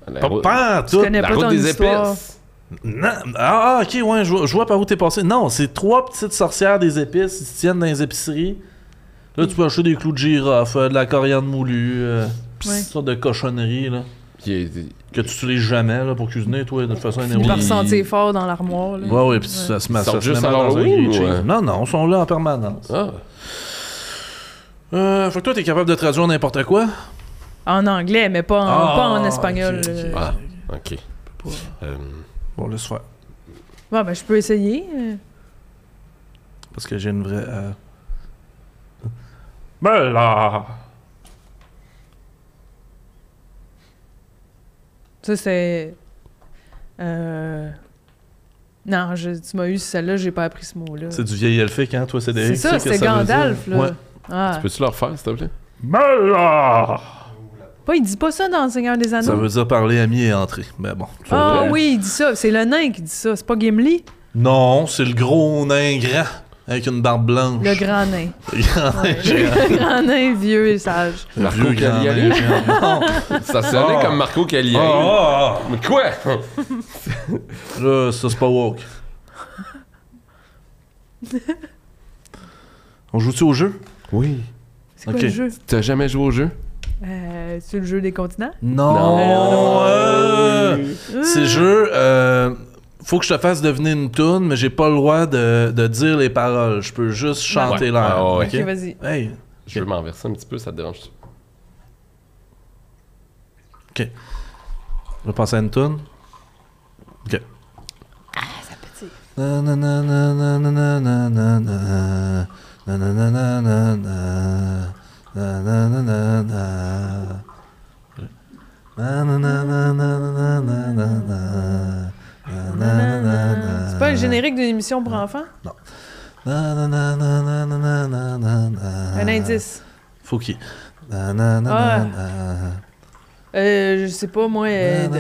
La
Pas,
route-
pas en
Tu
tout.
connais
la
pas
route
ton
des
histoire.
épices.
Non. Ah, ah, ok, ouais, je vois- je vois par où t'es passé. Non, c'est trois petites sorcières des épices, ils se tiennent dans les épiceries. Là, tu peux acheter des clous de girafe, euh, de la coriandre moulue, euh, pis
Ouais.
cette sorte de cochonnerie, là,
Qui est-
que tu utilises jamais, là, pour cuisiner, toi, de toute façon,
Tu vas
Puis-
ressentir fort dans l'armoire. là.
Ouais, ouais, pis ça se masse.
Ils sortent
ça se met
juste à
mal dans un
l'Halloween,
grilled
ou,
cheese.
euh?
Non, non, ils sont là en permanence.
Ah,
Euh, fait que toi, t'es capable de traduire n'importe quoi?
En anglais, mais pas en,
Ah,
pas en espagnol. euh.
ok,
là.
ok.
ah, ok.
Pas-
Euh,
Bon, laisse faire.
Ouais, ben, je peux essayer. euh.
Parce que j'ai une vraie. euh, Bella!
Ça, c'est. Euh... Non, je- tu m'as eu celle-là, j'ai pas appris ce mot-là.
C'est du vieil elfique, hein, toi, c'est
C'est ça, c'est Gandalf. Là. Ah.
Peux-tu le refaire, s'il te plaît?
Bella!
Pas, il dit pas ça dans Le Seigneur des
Ça
Anneaux.
veut dire parler ami et entrer. Mais bon. tu vois.
Ah
vrai.
oui, il dit ça. C'est le nain qui dit ça. C'est pas Gimli,
Non, c'est le gros nain grand avec une barbe blanche.
le grand nain.
Le grand nain géant.
le grand nain vieux et sage.
Le
Marco
vieux grand nain
Cagliari.
géant.
Ça sonnait
Ah.
comme Marco Calier.
Ah, ah,
Mais quoi?
ah. Là, ça, c'est pas woke. On joue-tu au jeu?
Oui.
C'est quoi
Ok.
le jeu?
T'as jamais joué au jeu?
Euh, c'est le jeu des continents?
Non.
Non.
euh, Ces jeux, euh, faut que je te fasse deviner une tune, mais j'ai pas le droit de, de dire les paroles. Je peux juste chanter
Ouais.
l'air.
Ah ouais.
ok?
Ok, vas-y.
Hey,
Je veux m'enverser un petit peu, ça te dérange?
je vais passer à une tune. Ok.
Ah, Ça pétille.
Nananananananana, nananananana, nanananana, nanananananana, nanananana.
C'est pas le générique d'une émission pour enfants?
Nanananananana.
Un indice.
Faut qu'il.
Ah. Euh, je sais pas, moi. euh, de-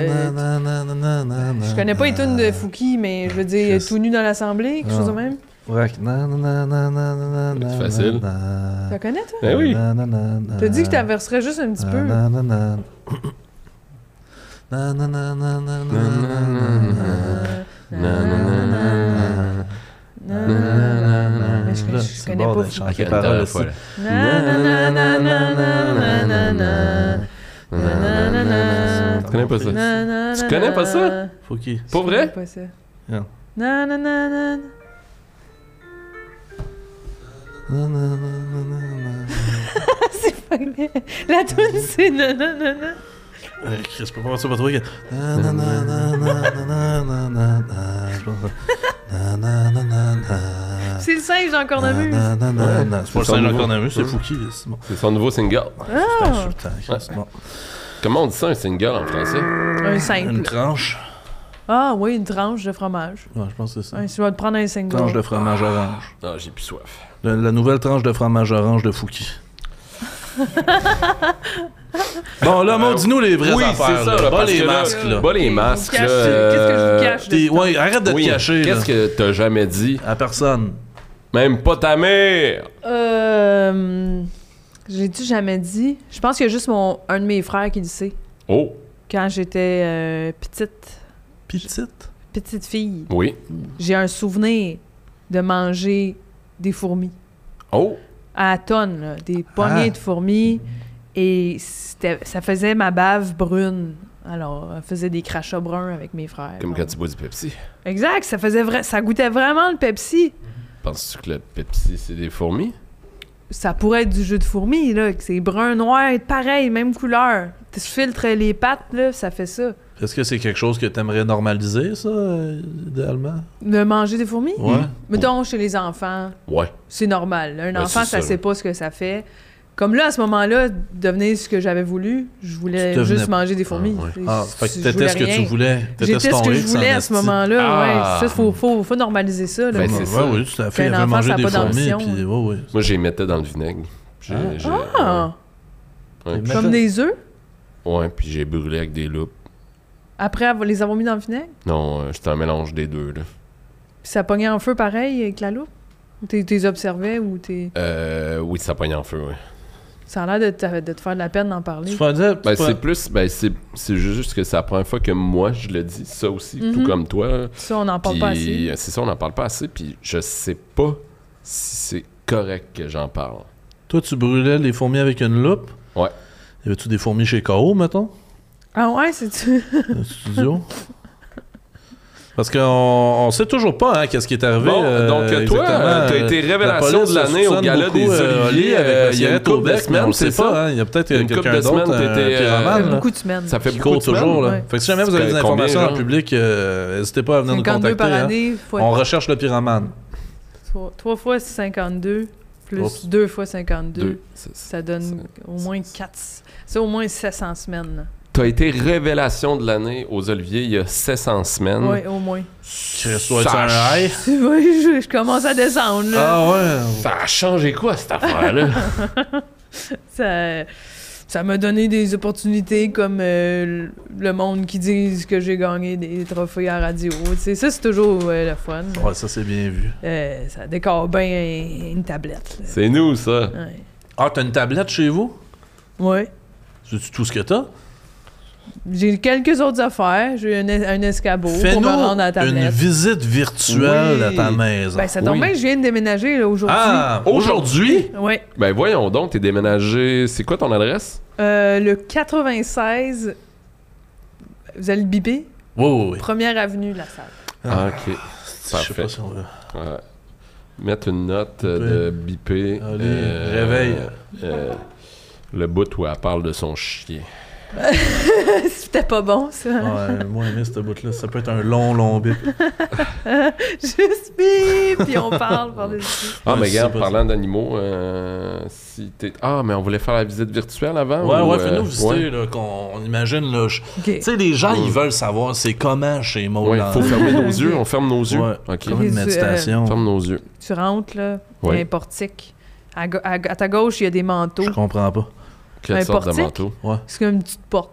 Je
Je
connais pas les tunes de Fouki, mais je veux dire
Chris.
tout nu dans l'assemblée, quelque chose de
Ah.
même.
C'est
C'est facile.
Tu la connais, toi?
Eh oui!
T'as dit que tá t'inverserais juste un petit peu. Euh,
Nanana.
nanana. Mais je-
Là,
Je
c'est
connais
bon
pas
de
Fouki.
chanter.
Ok, une
parole
dernière
aussi.
fois, là.
Nananananananana. Nanana.
Tu connais pas ça?
Nanana.
Tu connais pas ça?
Faut qu'il.
Pas
Je connais
vrai?
pas ça.
Non.
Nanana. C'est pas vrai. La tune c'est nanana.
Euh, Chris, je peux pas passer par toi. que- Je pense que-
C'est le singe dans Cornemuse.
Ah, Nananana. C'est pas le
son
singe
nouveau.
encore d'un c'est
Ouais.
Fouki. C'est bon.
C'est son nouveau single.
C'est
Ah,
insultant, Chris,
Ah. Ouais.
c'est bon.
Comment on dit ça, un single en français?
un
Une
simple.
tranche.
Ah oui, une tranche de fromage.
Ouais, je pense que c'est ça.
Ouais, si je vais te prendre un single.
Tranche de fromage orange.
Ah, j'ai plus soif.
La, la nouvelle tranche de fromage orange de Fouki. bon, là, mon, dis-nous les vraies
oui,
affaires.
c'est ça,
là.
là,
Bas
parce
les
que là-
masques, là.
Bas les masques,
Qu'est-ce
là,
que je
euh,
vous cache? de
T'es-
ce temps?
ouais, arrête de
oui.
te cacher, là.
Qu'est-ce que t'as jamais dit?
À personne.
Même pas ta mère!
Euh, J'ai-tu jamais dit? Je pense qu'il y a juste mon, un de mes frères qui le sait.
Oh!
Quand j'étais euh, petite,
Petite.
petite fille,
Oui.
j'ai un souvenir de manger des fourmis.
Oh!
À tonnes, là, des poignées
Ah.
de fourmis. Et c'était- ça faisait ma bave brune. Alors, elle faisait des crachats bruns avec mes frères.
Comme
Donc,
quand tu bois du Pepsi.
Exact, ça faisait vrai, ça goûtait vraiment le Pepsi.
Penses-tu que le Pepsi, c'est des fourmis?
Ça pourrait être du jeu de fourmis là, que c'est brun noir, pareil, même couleur. Tu filtres les pattes là, ça fait ça.
Est-ce que c'est quelque chose que t'aimerais normaliser, ça, euh, idéalement?
De manger des fourmis Mm.
Ouais.
Mettons chez les enfants,
Ouais.
c'est normal. là. Un
Ouais,
enfant,
c'est ça,
ça sait
là.
pas ce que ça fait. Comme là, à ce moment-là, devenir ce que j'avais voulu, je voulais
Tu devenais-
juste manger des fourmis.
Ah, ouais.
C'est-
Ah,
je
fait que
voulais
t'étais ce que
rien.
tu voulais. T'étais
J'étais ce
ton
que je
X en
voulais à ce
esti.
moment-là.
Ah.
Ouais, ça, faut, faut, faut normaliser ça. Là.
Ben,
Ouais,
c'est ça.
oui, tout à fait.
Qu'un
Elle avait
enfant, ça
mangé
a
des
pas
fourmis,
d'ambition.
puis ouais, ouais.
Moi, j'ai mettais dans le vinaigre. J'ai- j'ai-
Ah,
Ouais,
Les
puis-
comme des
Ah.
œufs
ouais, puis j'ai brûlé avec des loupes.
après avoir- les avoir mis dans le vinaigre.
Non, euh, j'étais un mélange des deux, là.
Puis ça pognait en feu pareil avec la loupe. T'es t'es observais ou t'es.
Euh, oui, ça pogne en feu, oui.
Ça a l'air de, t'a- de te faire de la peine d'en
Tu
parler.
faisais.
Ben,
tu fais-
c'est plus, ben, c'est c'est juste que c'est la première fois que moi je le dis, ça aussi, tout
Mhm.
comme toi. là.
Ça, on n'en parle
Puis,
pas assez.
euh, c'est ça, on n'en parle pas assez, puis je sais pas si c'est correct que j'en parle.
Toi, tu brûlais les fourmis avec une loupe.
Ouais.
Y avait-tu des fourmis chez KO, mettons,
Ah ouais, c'est-tu.
dans le studio? Parce qu'on on sait toujours pas hein, qu'est-ce qui est arrivé.
Bon,
euh,
donc toi,
exactement.
euh, t'as été
Euh, la
révélation
police
de l'année
soupçonne
au gala
beaucoup,
des
euh,
Oliviers,
Olivier avec
euh, il y
la
a une
cigarette
couple
au
de
bec, mais
semaines,
on sait
c'est ça?
pas. hein, Il y a peut-être euh,
Une couple
quelqu'un
de
d'autre,
semaines,
un
t'étais, euh,
pyromane, là,
Beaucoup de semaines.
Ça fait
qui
beaucoup
court
de semaines,
toujours. là.
ouais.
Fait que si jamais vous avez des
C'est combien,
informations en
genre?
public, euh, n'hésitez pas à venir nous
52
contacter.
par
hein.
année, fois,
On recherche le pyromane.
trois, trois fois 52, plus
Oups.
2 fois 52.
Deux. C'est- c'est-
Ça donne au moins 4. C'est au moins 700 semaines. là.
T'as été révélation de l'année aux Oliviers il y a 700 semaines.
Ouais, au moins.
Chris, ouais, c'est
Ça-
un high.
Tu vois, je, je commence à descendre. Là.
Ah ouais.
Ça a changé quoi cette affaire-là?
Ça, ça m'a donné des opportunités comme euh, le monde qui disent que j'ai gagné des trophées à radio. tu sais. Ça, c'est toujours euh, le fun.
Ouais, ça c'est bien vu.
Euh, ça décore bien une tablette. là.
c'est nous, ça.
Ouais.
Ah, t'as une tablette chez vous?
Ouais.
C'est tout ce que t'as?
J'ai quelques autres affaires. J'ai un, es- un escabeau pour me rendre à la
Fais-nous une
tablette.
visite virtuelle
Oui.
à ta maison.
Ben, ça tombe
Oui.
bien, je viens de déménager là, aujourd'hui.
ah, aujourd'hui?
Ouais.
Ben voyons donc, t'es déménagé. C'est quoi ton adresse?
Euh, le 96, vous allez le biper,
Oui, oui, oui.
première avenue de la salle.
Ah, ok.
Je sais
parfait.
pas si on veut.
Ouais. Mettre une note euh, de biper.
Allez, réveille.
euh, le bout où elle parle de son chien.
C'était pas bon, ça.
Ouais, moi, aimé cette bout-là. Ça peut être un long, long bip.
Juste bip, puis on parle par-dessus.
Ah,
Ouais,
mais
c'est
regarde,
pas-
parlant d'animaux, euh, si t'es. Ah, mais on voulait faire la visite virtuelle avant?
Ouais,
ou,
ouais,
euh,
fais-nous visiter,
ouais?
là, qu'on on imagine, là. je-
OK.
Tu sais, les gens,
Mm.
ils veulent savoir c'est comment chez Maud.
Ouais, faut fermer nos yeux,
Ok.
on ferme nos yeux.
Oh Ouais.
Ok.
Comme une
Les yeux,
méditation.
On ferme nos yeux.
Tu rentres, là, il y
Ouais.
a un portique. À, ga- à- à ta gauche, il y a des manteaux.
Je comprends pas.
Quelle
Un
sorte de
portique?
manteau?
C'est comme une petite porte.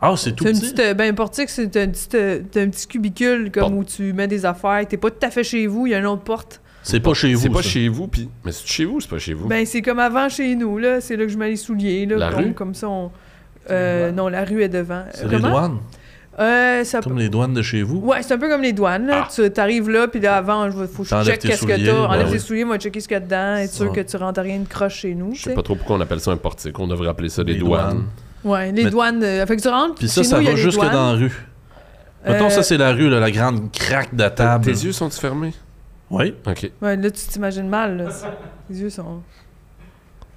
Ah, c'est tout
C'est une
petit?
petite, euh, ben, un portique, c'est un petit, euh, t'as un petit cubicule
Porte.
comme où tu mets des affaires. T'es pas tout à fait chez vous, il y a une autre porte.
C'est pas chez vous,
C'est pas
ça.
chez vous, puis. Mais c'est chez vous, ou c'est pas chez vous.
Ben, c'est comme avant chez nous, là. C'est là que je mets les souliers, là.
La
comme,
rue?
comme ça, on. euh,
les douanes.
non, la rue est devant.
C'est les
Comment?
douanes.
Euh, ça peut-
Comme les douanes de chez vous.
Ouais, c'est un peu comme les douanes. Là. Tu t'arrives là, puis là, avant, il faut que je
T'enlèves
check
tes
qu'est-ce que
souliers,
t'as.
ben
Enlève
oui.
tes souliers, moi, checker ce qu'il y a dedans, être sûr
Ouais.
que tu rentres rien de croche chez nous.
Je
tu
sais
sais.
pas trop pourquoi on appelle ça un portique. On devrait appeler ça des
Les
douanes.
douanes.
Ouais, les
Mais-
douanes. euh, fait que tu rentres,
Puis ça,
chez
ça
nous, il y a
va
les
jusque
douanes.
dans la rue.
Euh,
Mettons, ça, c'est la rue, là, la grande craque de la
Tes
table.
tes yeux sont-ils fermés?
Oui.
Ok.
Euh, Ouais, là, tu t'imagines mal. Là. Les yeux sont.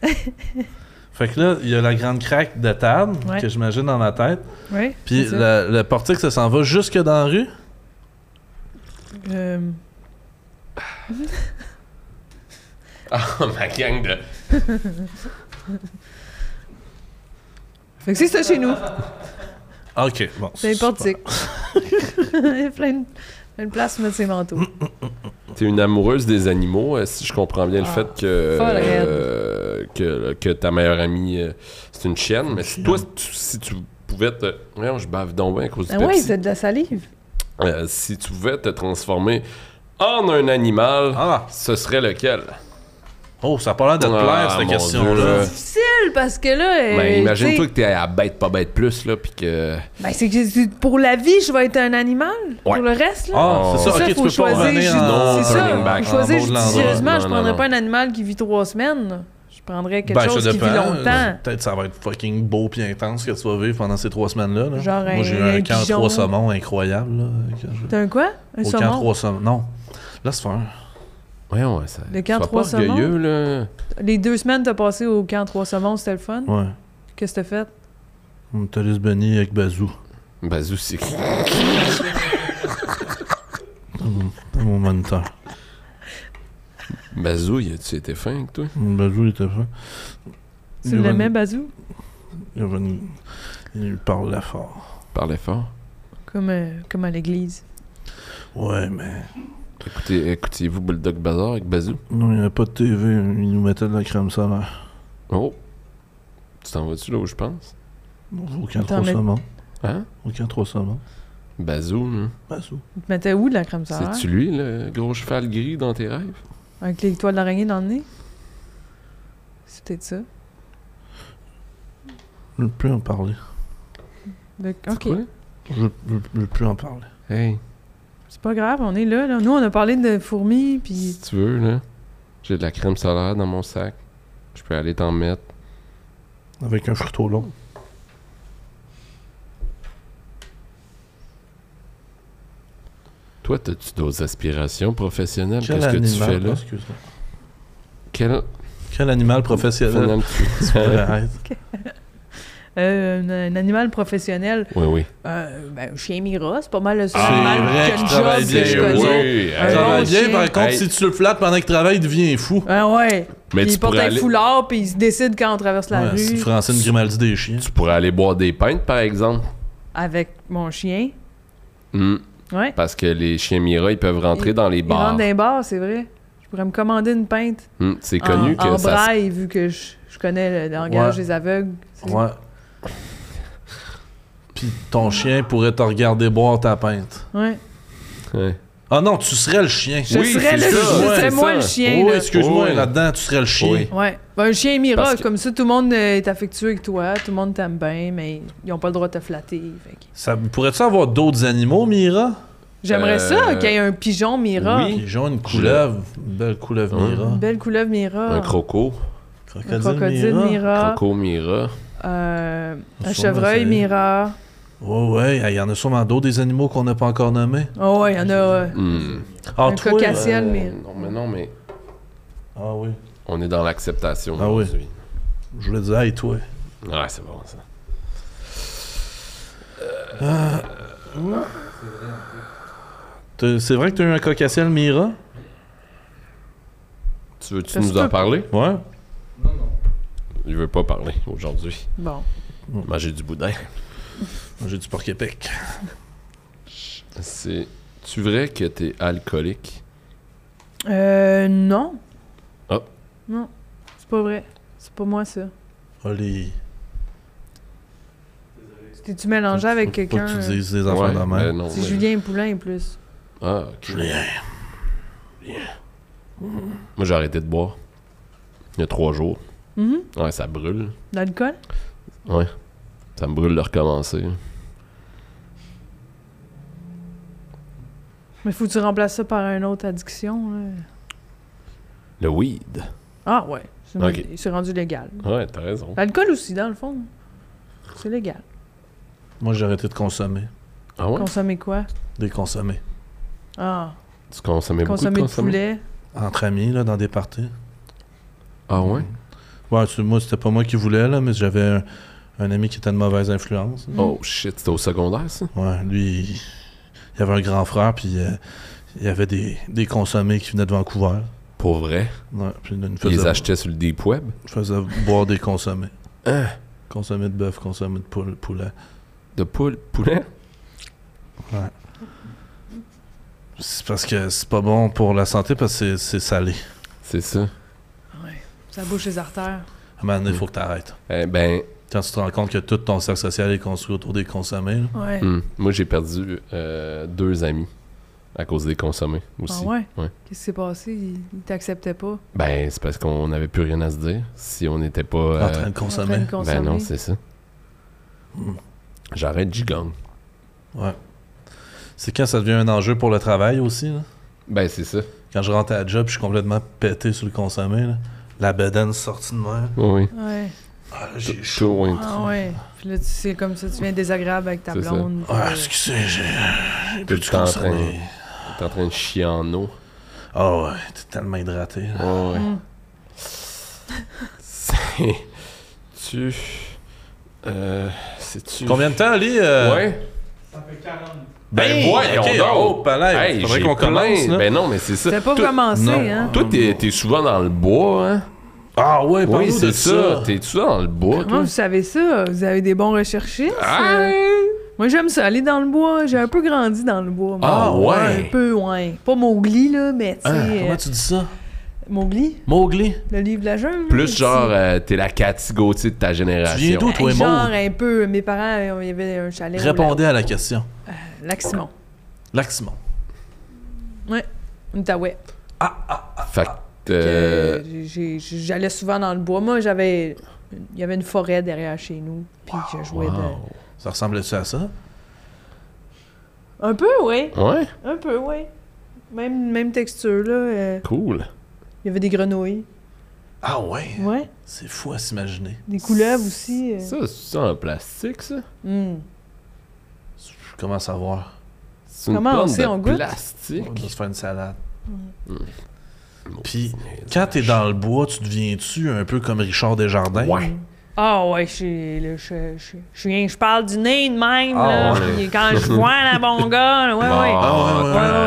Fait que là, il y a la grande craque de table
Ouais.
que j'imagine dans ma tête.
Ouais.
Puis
c'est ça.
la- le portique, ça s'en va jusque dans la rue.
Euh,
Ah, ma gang de.
Fait que c'est ça chez nous.
OK, bon.
C'est un
super.
portique. il y a plein de, plein de place pour mettre ses manteaux.
Mmh,
T'es une amoureuse des animaux, euh, si je comprends bien le
Ah,
fait que,
folle raide.
euh, que que ta meilleure amie euh, c'est une chienne, mais si toi tu- si tu pouvais te Voyons, je bave donc bien à cause du
Ah ouais,
Pepsi.
c'est de la salive.
Euh, si tu pouvais te transformer en un animal,
Ah!
ce serait lequel
Oh, ça a pas l'air de te
Ah,
plaire, cette
mon
question-là.
Dieu.
Difficile parce que là. euh,
Ben
tu sais,
imagine-toi que t'es à bête pas bête plus là puis que
Ben, c'est que c'est- pour la vie, je vais être un animal. Pour
Ouais.
le reste, là.
Ah, c'est ça.
Ça,
OK,
faut
tu peux pas
choisir
revenir
ju-
en...
Non,
c'est
turning
ça,
back.
Je choisais
en mot de l'endroit.
judicieusement, je
Non, non,
prendrais
non.
pas un animal qui vit trois semaines. là. Je prendrais quelque
Ben,
chose
ça
qui vit
dépend. Euh,
longtemps.
Peut-être ça va être fucking beau puis intense que tu vas vivre pendant ces trois semaines-là. là.
Genre
Moi, j'ai eu
un-
un
un
camp
pigeon.
trois saumons incroyable. Là, que je-
T'as un quoi? Un
Au camp
saumon?
trois saumons. Non. Laisse faire.
ouais ouais ça.
Le camp
sois
trois
pas orgueilleux là.
Les deux semaines t'as passé au camp trois saumons, c'était le fun.
Ouais.
Qu'est-ce que t'as fait?
On t'a laissé Benny avec Bazou.
Bazou c'est
C'est Mon moniteur.
Bazou, y a-tu été fin avec toi
Bazou, il était fin.
Tu
Il
l'aimais,
avait-
Bazou?
Il, avait une- il parlait fort.
Parlait fort.
Comme, euh, comme à l'église.
Ouais, mais.
Écoutez, écoutez-vous Bulldog Bazar avec Bazou
Non, il n'y avait pas de TV. Il nous mettait de la crème solaire.
Oh. Tu t'en vas-tu là où je pense?
Aucun
Attends,
trois
mais-
saumons.
Hein?
Aucun trois saumons.
Bazou, là.
Bazou.
Tu te mettais où de la crème solaire?
C'est-tu lui, le gros cheval gris dans tes rêves?
Avec les toiles d'araignée dans le nez? C'est peut-être ça.
Je veux plus en parler.
Le- Ben, OK.
quoi?
Je je- je veux plus en parler.
Hey,
C'est pas grave, on est là, là. Nous, on a parlé de fourmis, puis...
si tu veux, là, j'ai de la crème solaire dans mon sac. Je peux aller t'en mettre.
Avec un fruteau long.
Toi, as-tu d'autres aspirations professionnelles?
Quel
Qu'est-ce que
animal,
tu fais là?
excuse-moi.
Quel...
Quel animal professionnel
Finalement, tu-
tu pourrais être?
Euh, un, un animal professionnel,
oui, oui.
euh, ben, un chien Mira, c'est pas mal le seul
Ah,
animal
c'est vrai
que
qu'il
le
travaille
job
bien,
que je
oui.
connais.
Il
Un
hey,
bon
travaille bien,
chien.
par contre,
Hey.
si tu le flattes pendant qu'il travaille, il devient fou.
Ah ouais.
Mais
Puis
Ben, tu
il porte
pourrais,
un
aller,
foulard, puis il se décide quand on traverse la
Ouais, c'est
rue
Francine Grimaldi des chiens.
tu pourrais aller boire des pintes, par exemple.
avec mon chien.
Hmm,
Ouais.
parce que les chiens Mira, ils peuvent rentrer dans les
Il rentre
bars.
dans les bars, c'est vrai. Je pourrais me commander une pinte
Hmm, c'est
en,
connu que ça
en
se
braille, vu que je, je connais le langage
Ouais.
des aveugles. C'est-
Ouais. Puis ton chien pourrait te regarder boire ta pinte.
Ouais.
Ouais.
Ah non, tu serais le chien.
Je
Oui, c'est
serais, le-
ça,
je
ouais,
serais
c'est
moi
ça.
le chien.
Oh,
là.
excuse-moi,
Oui.
là-dedans, tu serais le chien.
Oui.
Ouais. Ben, un chien Mira,
Parce que-
comme ça, tout le monde euh, est affectueux avec toi, tout le monde t'aime bien, mais ils n'ont pas le droit de te flatter. fait que-
Ça, pourrais-tu avoir d'autres animaux, Mira?
J'aimerais
Euh,
ça qu'il y ait un pigeon Mira.
oui.
Pigeon, une couleuvre, une belle couleuvre
Hein?
Mira.
Une Ah. belle couleuvre Mira.
Un croco,
un crocodile Mira.
croco Mira.
Euh, un
Sûrement,
chevreuil
c'est-
Mira.
Ouais, ouais, il y en a sûrement d'autres des animaux qu'on n'a pas encore nommés.
Oh, ouais, il y en a. euh,
Hmm.
Ah,
Un
toi,
cocassier. Ciel,
Euh,
Mira.
Non, mais non, mais
Ah oui.
on est dans l'acceptation
Ah oui.
aujourd'hui.
Je voulais dire, hey, toi.
Ouais, c'est bon ça.
T'as- C'est vrai que t'as eu un cocassiel Mira?
Tu veux-tu
Parce
nous en
que-
parler?
Ouais.
Non, non.
Il veut pas parler aujourd'hui.
Bon.
Manger du boudin.
J'ai du porc Québec.
C'est-tu vrai que t'es alcoolique?
Euh, non.
Ah.
Non, c'est pas vrai. C'est pas moi, ça.
Allez.
Désolé.
T'es-tu mélangé avec
Faut
quelqu'un?
Pas que tu
euh,
dises des enfants
Ouais,
de la
mais
mère.
non,
C'est
mais-
Julien Poulain, plus.
Ah, ok.
Julien.
Moi, j'ai arrêté de boire. Il y a trois jours.
Mhm.
Ouais, ça brûle.
L'alcool?
Ouais. Ça me brûle de recommencer.
Mais faut que tu remplaces ça par une autre addiction, là.
Le weed.
Ah, ouais. C'est
Ok.
c'est rendu légal.
Ouais, t'as raison.
L'alcool aussi, dans le fond. C'est légal.
Moi, j'ai arrêté de consommer.
Ah ouais?
Consommer quoi?
Des consommés.
Ah,
Tu consommais beaucoup de
consommer de
consommé?
poulet.
Entre amis, là, dans des parties.
Ah ouais?
Ouais, tu- moi, c'était pas moi qui voulais, là, mais j'avais un, un ami qui était de mauvaise influence.
Oh shit, c'était au secondaire ça?
Ouais, lui, il, il avait un grand frère, puis euh, il y avait des, des consommés qui venaient de Vancouver.
Pour vrai?
Ouais, puis il nous
Ils les
faisait,
achetaient sur le deep web?
faisait boire des consommés.
Hein?
Consommer de bœuf, consommer de poule, poulet.
De poule, poulet?
C'est parce que c'est pas bon pour la santé, parce que c'est- c'est salé.
C'est ça.
Ouais. Ça bouche les artères.
À un moment donné, il faut que t'arrêtes.
Eh ben,
Quand tu te rends compte que tout ton cercle social est construit autour des consommés, là.
Ouais.
hmm, moi j'ai perdu euh, deux amis à cause des consommés aussi.
Ah ouais?
Ouais.
Qu'est-ce qui s'est passé? Il, il t'acceptait pas.
Ben, c'est parce qu'on n'avait plus rien à se dire si on n'était pas. euh,
en train de
en train
consommer.
de consommer.
ben non, c'est ça. Hmm. J'arrête Gigong.
Ouais. C'est quand ça devient un enjeu pour le travail aussi. Là.
Ben, c'est ça.
Quand je rentre à la job, je suis complètement pété sur le consommé. Là. La bedaine sortie de moi.
Oui,
Ouais.
Ah, là,
oui.
j'ai chaud.
Tout, oui.
Ah ouais. Puis là, tu- c'est comme ça, tu viens désagréable avec ta
C'est ça.
blonde.
Ah,
puis, euh,
excusez, j'ai
Ah,
j'ai
Tout
plus
le
du
temps en train,
consommé.
t'es en train de chier en eau.
Ah ouais, t'es tellement hydraté. là.
Ouais, ouais.
Mm.
C'est. Tu. Euh. C'est-tu.
Combien de temps, Ali? euh,
Ouais.
Ça fait 40.
Ben, voyons
ok,
donc.
Oh, palais,
Hey,
faudrait
j'ai
qu'on commence.
plein-
là.
Ben non, mais c'est ça.
T'as pas
Toi-
commencé,
non.
hein?
Toi, t'es t'es souvent dans le bois, hein?
Ah ouais, parle-nous
Oui,
de
c'est ça. T'es souvent dans le bois,
Comment
toi?
vous savez ça? Vous avez des bons recherchistes?
Ah,
euh? Moi, j'aime ça, aller dans le bois. J'ai un peu grandi dans le bois. moi.
Ah, ouais.
Un peu, ouais. Pas Mowgli, là, mais tu sais.
Hein,
euh,
comment tu dis ça?
Mowgli,
Mowgli?
le livre de la jungle.
Plus
là,
genre, euh, t'es la Cathy Gauthier de ta
Tu viens
génération.
d'où,
tu-
toi,
Genre,
Mowgli?
un peu. Mes parents, euh, il y avait un chalet. au
Répondez à la question.
lac- Lac Simon.
Laximon.
Ouais. Outaouais.
Fait que euh,
que j'ai- j'ai- J'allais souvent dans le bois. Moi, j'avais. Il y avait une forêt derrière chez nous. Puis je jouais
wow.
Ça ressemblait-tu à ça?
de. Un peu, oui.
Ouais,
Un peu, oui. Même, même texture, là. euh,
cool.
Il y avait des grenouilles.
Ah ouais?
Ouais.
C'est fou à s'imaginer.
Des couleuvres aussi. euh.
Ça, c'est en plastique, ça?
Hmm.
Je commence à voir.
C'est une
Comment on
plante
sait,
de
on goûte?
plastique.
On doit se faire une salade.
Puis,
Puis, quand t'es dans le bois, tu deviens-tu un peu comme Richard Desjardins?
Ouais.
Ah ouais, je suis- là, je- je- je viens- je parle du nez de même,
Ah
là.
ouais.
Puis Quand je vois la bon gars, là, ouais,
Ah
ouais.
Bon
ouais, ouais,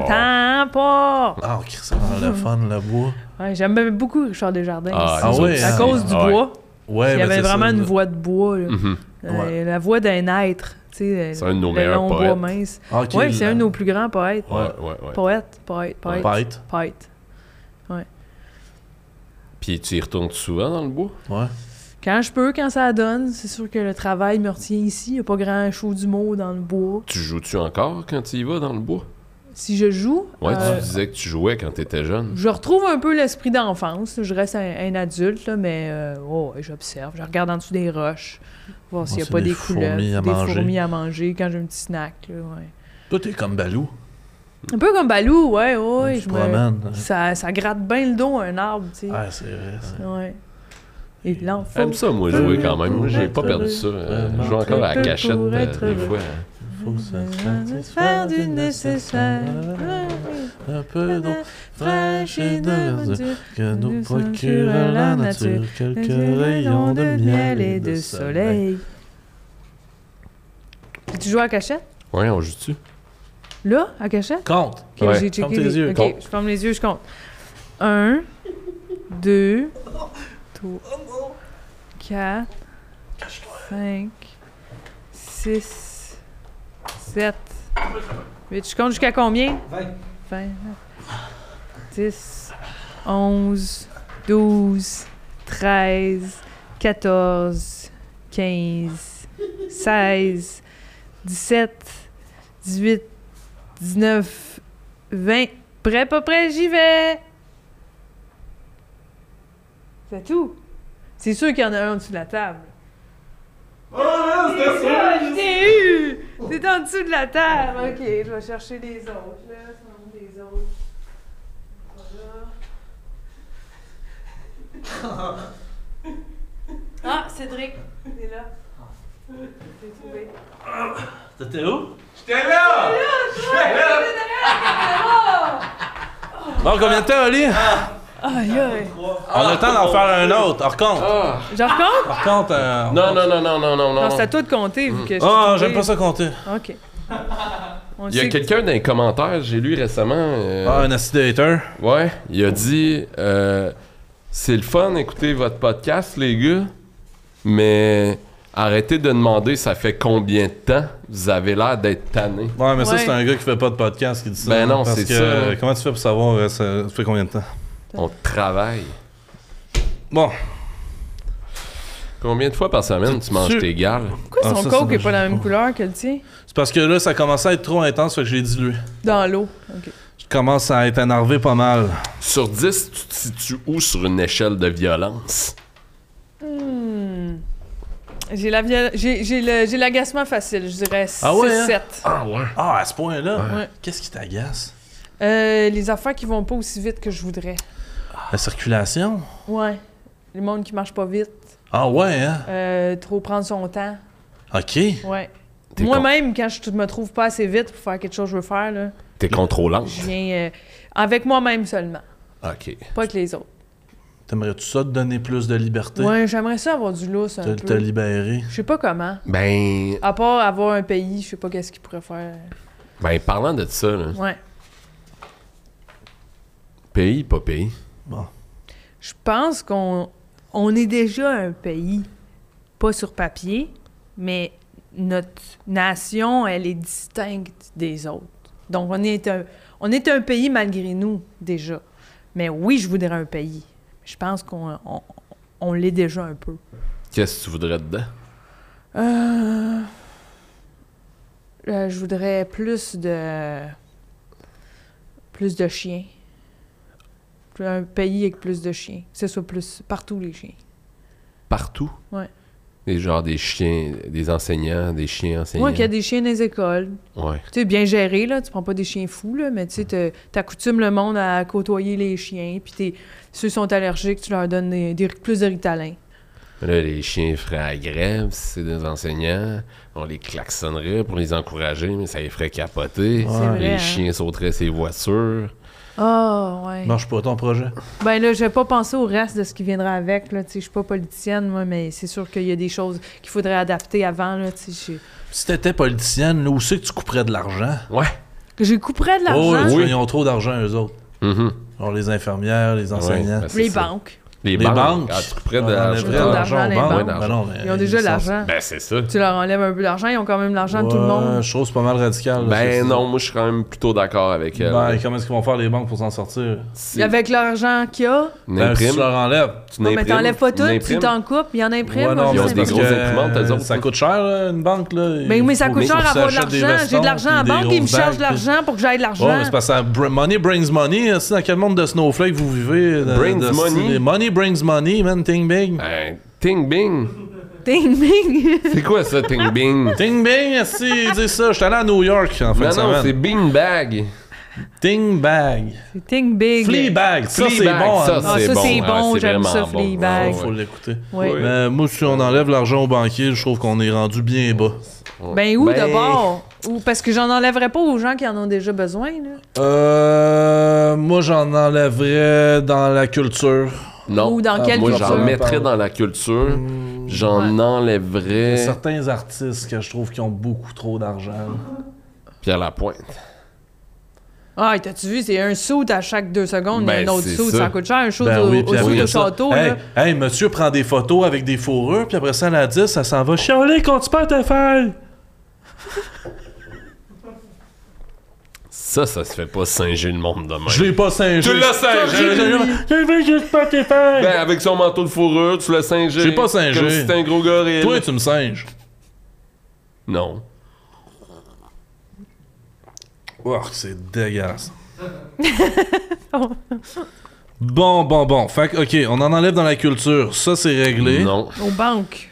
temps, pas.
Bon temps, pas!
Ah, ok, ça a l'air le fun, le bois.
Ouais, J'aime même beaucoup Richard Desjardins.
Ah,
aussi.
Ah
nous
ouais,
autres,
à
hein?
cause du
Ah ouais.
bois.
Ouais,
Il y
ben,
avait
c'est ça,
vraiment une
le-
voix de bois, là.
Mhm.
Euh,
Ouais.
La voix d'un être. tu sais,
C'est un de nos
le
meilleurs
long
poètes. hein.
bois mince.
Ah, ok,
Oui, c'est
le-
un de nos plus grands poètes.
Ouais, ouais, ouais.
Poète, poète, poète.
Pite.
Poète.
Puis tu y retournes souvent dans le bois?
Ouais.
Quand je peux, quand ça donne, c'est sûr que le travail me retient ici. Il n'y a pas grand show du mot dans le bois.
Tu joues-tu encore quand tu y vas dans le bois?
Si je joue,
Ouais,
euh,
tu disais que tu jouais quand t'étais jeune.
je retrouve un peu l'esprit d'enfance. Je reste un, un adulte, là, mais euh, oh, ouais, j'observe. Je regarde en dessous des roches, voir s'il n'y a
c'est
pas
des
des couleurs,
fourmis
des
à manger.
fourmis à manger quand j'ai un petit snack. là, ouais.
Toi, t'es comme Balou.
Un peu comme Balou, ouais, ouais.
tu
je
te
me-
promènes. hein.
ça, ça gratte bien le dos, un arbre, tu sais.
Ah, c'est vrai. ça.
Ouais. Et l'enfant.
J'aime ça, moi, jouer quand même. Moi, j'ai pas perdu ça. Euh, Je joue encore à la cachette euh, des fois.
Faut que
Euh,
ça se satisfasse
Faire du nécessaire.
Un peu d'eau
Fraîche et de bon Dieu.
que nous procure la nature. Quelques rayons de miel et de soleil.
Puis tu joues à cachette?
Ouais, on joue-tu?
Là, à cachette?
Compte.
Ok,
Ouais.
j'ai checké
Ferme tes
les-
yeux,
ok,
compte.
je ferme les yeux, je compte. Un, deux, trois, quatre, cinq, six, sept, huit. Je compte jusqu'à combien?
20.
20, 10, 11, 12, 13, 14, 15, 16, 17, 18, 19, 20. Prêt, pas prêt, j'y vais! C'est tout. C'est sûr qu'il y en a un en dessous de la table.
Oh, c'était
Ah,
ça!
je t'ai eu! T'es en dessous de la table! Ok, je vais chercher les autres. Là, ça monte les autres. Voilà. Ah, Cédric, t'es là. T'es trouvé.
T'étais où?
J'étais là! J'étais là!
Bon, combien de temps, Oli?
Aïe, aïe.
On a le temps d'en faire un autre. On recompte.
J'en recompte?
On recompte. euh, on-
Non, non, non, non, non, non,
Non,
non.
c'est à toi de compter, vu que je
Ah,
t'ai
j'aime
trouvé.
pas ça compter.
Ok. On
Il y a
sait que-
quelqu'un dans les commentaires, j'ai lu récemment. euh,
Ah, un acide hater.
Ouais, il a dit euh, C'est le fun écouter votre podcast, les gars, mais arrêtez de demander ça fait combien de temps vous avez l'air d'être tanné.
Ouais, mais ça,
Ouais.
c'est un gars qui fait pas de podcast qui dit ça.
Ben non,
Parce
c'est
que,
ça.
euh, Comment tu fais pour savoir euh, ça, ça fait combien de temps?
On travaille.
Bon,
Combien de fois par semaine tu manges
Sûr.
tes gales
Pourquoi
Ah, ça,
son
ça,
coke
moi,
est
je
pas
sais
la même
pas.
couleur que le tien?
c'est parce que là, ça commençait à être trop intense, fait que je l'ai dilué.
Dans l'eau. Ok.
Je commence à être énervé pas mal.
Sur 10, tu te situes où sur une échelle de violence
Hmm. J'ai la viol- j'ai- j'ai le- j'ai l'agacement facile, je dirais 6
Ah ouais, hein?
7.
Ah ouais.
Ah, à ce point-là?
Ouais.
Qu'est-ce qui t'agace?
Euh, les affaires qui vont pas aussi vite que je voudrais.
La circulation?
Ouais. Le monde qui marche pas vite,
Ah ouais, hein?
euh, trop prendre son temps.
OK.
Ouais.
T'es con-
Moi-même, quand je me trouve pas assez vite pour faire quelque chose que je veux faire, là,
T'es contrôlante.
je viens euh, avec moi-même seulement,
Ok.
pas avec les autres.
T'aimerais-tu ça te donner plus de liberté?
Ouais, j'aimerais ça avoir du lousse un
Te, te
peu.
libérer?
Je sais pas comment.
Ben,
À part avoir un pays, je sais pas qu'est-ce qu'ils pourraient faire.
ben parlant de ça, là,
Ouais.
pays, pas pays.
Bon.
Je pense qu'on on est déjà un pays, pas sur papier, mais notre nation, elle est distincte des autres. Donc, on est un, on est un pays malgré nous, déjà. Mais oui, je voudrais un pays. Je pense qu'on on, on l'est déjà un peu.
Qu'est-ce que tu voudrais dedans
Euh, euh, je voudrais plus de... plus de chiens. Un pays avec plus de chiens. Que ce soit plus partout les chiens.
Partout.
Ouais.
Des genres des chiens, des enseignants, des chiens enseignants.
Moi, qu'il y a des chiens dans les écoles.
Ouais.
Tu sais, bien géré, là. Tu prends pas des chiens fous, là, mais tu sais, te- t'accoutumes le monde à côtoyer les chiens. Puis t'es- ceux qui sont allergiques, tu leur donnes des, des- plus de ritalin.
Mais Là, les chiens feraient à grève, si c'est des enseignants. On les klaxonnerait pour les encourager, mais ça les ferait capoter.
C'est vrai,
Les
hein.
chiens sauteraient ses voitures.
Ah, ouais.
Marche pas ton projet.
Ben là, je vais pas penser au reste de ce qui viendra avec. Là, tu sais, je suis pas politicienne, moi, mais c'est sûr qu'il y a des choses qu'il faudrait adapter avant. Là, tu sais,
Si t'étais politicienne, là, où c'est que tu couperais de l'argent?
Ouais.
je... je couperais de
Oh,
l'argent.
ils-
Oui.
ils ont trop d'argent, eux autres.
Mhm.
Genre les infirmières, les enseignants.
Ouais, ben, c'est
les
ça.
banques.
Les,
les
banques.
banques.
Ah, tu couperais
On
de
enlèverait
Ils
l'argent.
ont de l'argent, les
aux
banques.
banques. Ben non, mais
Ils ont déjà
sont-
l'argent.
Ben, c'est ça.
Tu leur enlèves un peu d'argent, ils ont quand même l'argent de tout le monde.
Ouais, Je trouve que c'est pas mal radical. là,
Ben
ça,
non, moi je suis quand même plutôt d'accord avec euh,
c'est-
elle.
Ben, comment est-ce qu'ils vont faire les banques pour s'en sortir?
C'est-
Avec l'argent qu'il y a,
Une
Ben, si
imprime,
tu leur enlèves.
tu
non, mais
n'imprimes,
t'enlèves pas tout,
une
tu
imprime.
t'en coupes, il y en imprime.
Ouais,
moi,
ils
je
ont
sais
des
parce
pas.
grosses
que
imprimantes, eux autres.
Ça coûte cher, là, une banque. Là.
mais,
Il
Ben mais ça
faut-
coûte
faut
cher
que
à
ça
avoir de
achète des
l'argent. J'ai
vestons,
de l'argent
puis
en
des
banque, ils me
grosses
chargent de
bagues, puis-
l'argent pour que j'aille de l'argent.
Ouais, mais c'est parce que ça- br- money brings money. hein, C'est dans quel monde de Snowflake vous vivez? euh, de-
Brings
de-
money?
Money brings money, man. Ting bing.
Ben, ting bing.
Ding, ding.
C'est quoi ça, ting bing?
Ting bing, si, dis ça. Je suis allé à New York
non,
en fin de
non, c'est
semaine.
bean bag.
Ting bag.
C'est Ding, big.
Flea bag. Ça, c'est
Fleabag,
bon.
ça,
hein.
Ah, ça, c'est
hein,
bon, j'aime
vraiment
ça,
bon. Ah,
Fleabag.
Faut
ouais.
l'écouter.
Ouais.
Oui.
Mais moi, si on enlève l'argent au banquier, je trouve qu'on est rendu bien bas.
Ben où
Ben-
d'abord? Ou parce que j'en enlèverais pas aux gens qui en ont déjà besoin, là.
Euh, moi, j'en enlèverais dans la culture.
Non.
Ou dans quelle
Ah, Moi,
culture?
j'en mettrais dans la culture.
Mmh.
J'en enlèverais.
Certains artistes que je trouve qui ont beaucoup trop d'argent. là.
Pierre Lapointe.
Ah, t'as-tu vu, c'est un saut à chaque deux secondes,
Ben,
il y a un autre
c'est
saut,
ça.
ça coûte cher, un saut
Ben
au,
oui,
au
puis
saut
après
au
ça,
château,
hey,
là.
hey, monsieur prend des photos avec des fourrures, puis après ça, à la 10, ça s'en va. Chialer, quand tu perds tes feuilles!
Ça, ça se fait pas singer le monde demain.
Je l'ai pas singé.
Tu l'as singé.
J'ai- j'ai- J'ai vu que tu perds tes feuilles!
Ben, avec son manteau de fourrure, tu l'as singé.
J'ai pas singé.
Comme si c'était un gros gorille.
Toi, tu me singes.
Non.
Oh, c'est dégueulasse. bon, bon, bon. Fait que, OK, on en enlève dans la culture. Ça, c'est réglé.
Non.
Aux banques.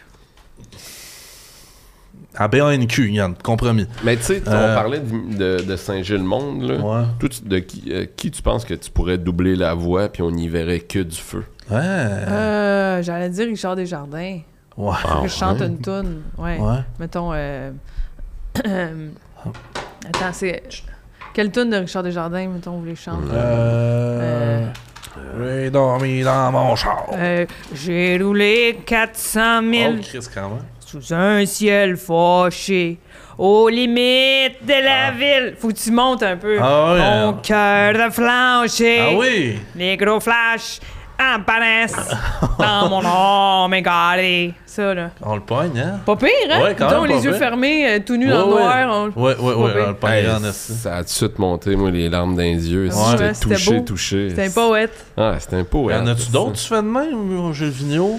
À BANQ, Yann, compromis.
Mais tu sais,
Euh.
on parlait de, de, de singer le monde, là.
Ouais.
Toi, tu- de qui, euh, qui tu penses que tu pourrais doubler la voix puis on n'y verrait que du feu?
Ouais.
Euh, j'allais dire Richard Desjardins.
Ouais.
Ah,
que je chante
ouais.
une toune. Ouais.
Ouais.
Mettons. euh, Attends, c'est. Quelle toune de Richard Desjardins, mettons, vous voulez chanter?
Euh... J'ai dormi dans mon char.
Euh, J'ai roulé 400 000
Oh, Chris, quand même.
sous un ciel fâché, aux limites de la ville. Faut que tu montes un peu.
Ah ouais,
Mon
hein.
cœur de flancher.
Ah oui!
Les gros flashs apparaissent dans mon âme égarée. Ça, là.
On le pogne, hein?
Pas pire, hein?
Ouais, quand
Mettons,
même pas
les yeux
pire.
fermés, euh, tout nu dans le
ouais.
noir. on-
Ouais, ouais,
pas
ouais,
pire.
on le pogne en esti.
Ça a tout de suite monté, moi, les larmes dans les yeux.
Ah Ouais.
J'étais
Ouais, c'était
touché,
beau.
touché.
C'était un poète.
Ah, c'était un poète.
Y'en as-tu d'autres, tu fais de même, euh, au jeu vidéo?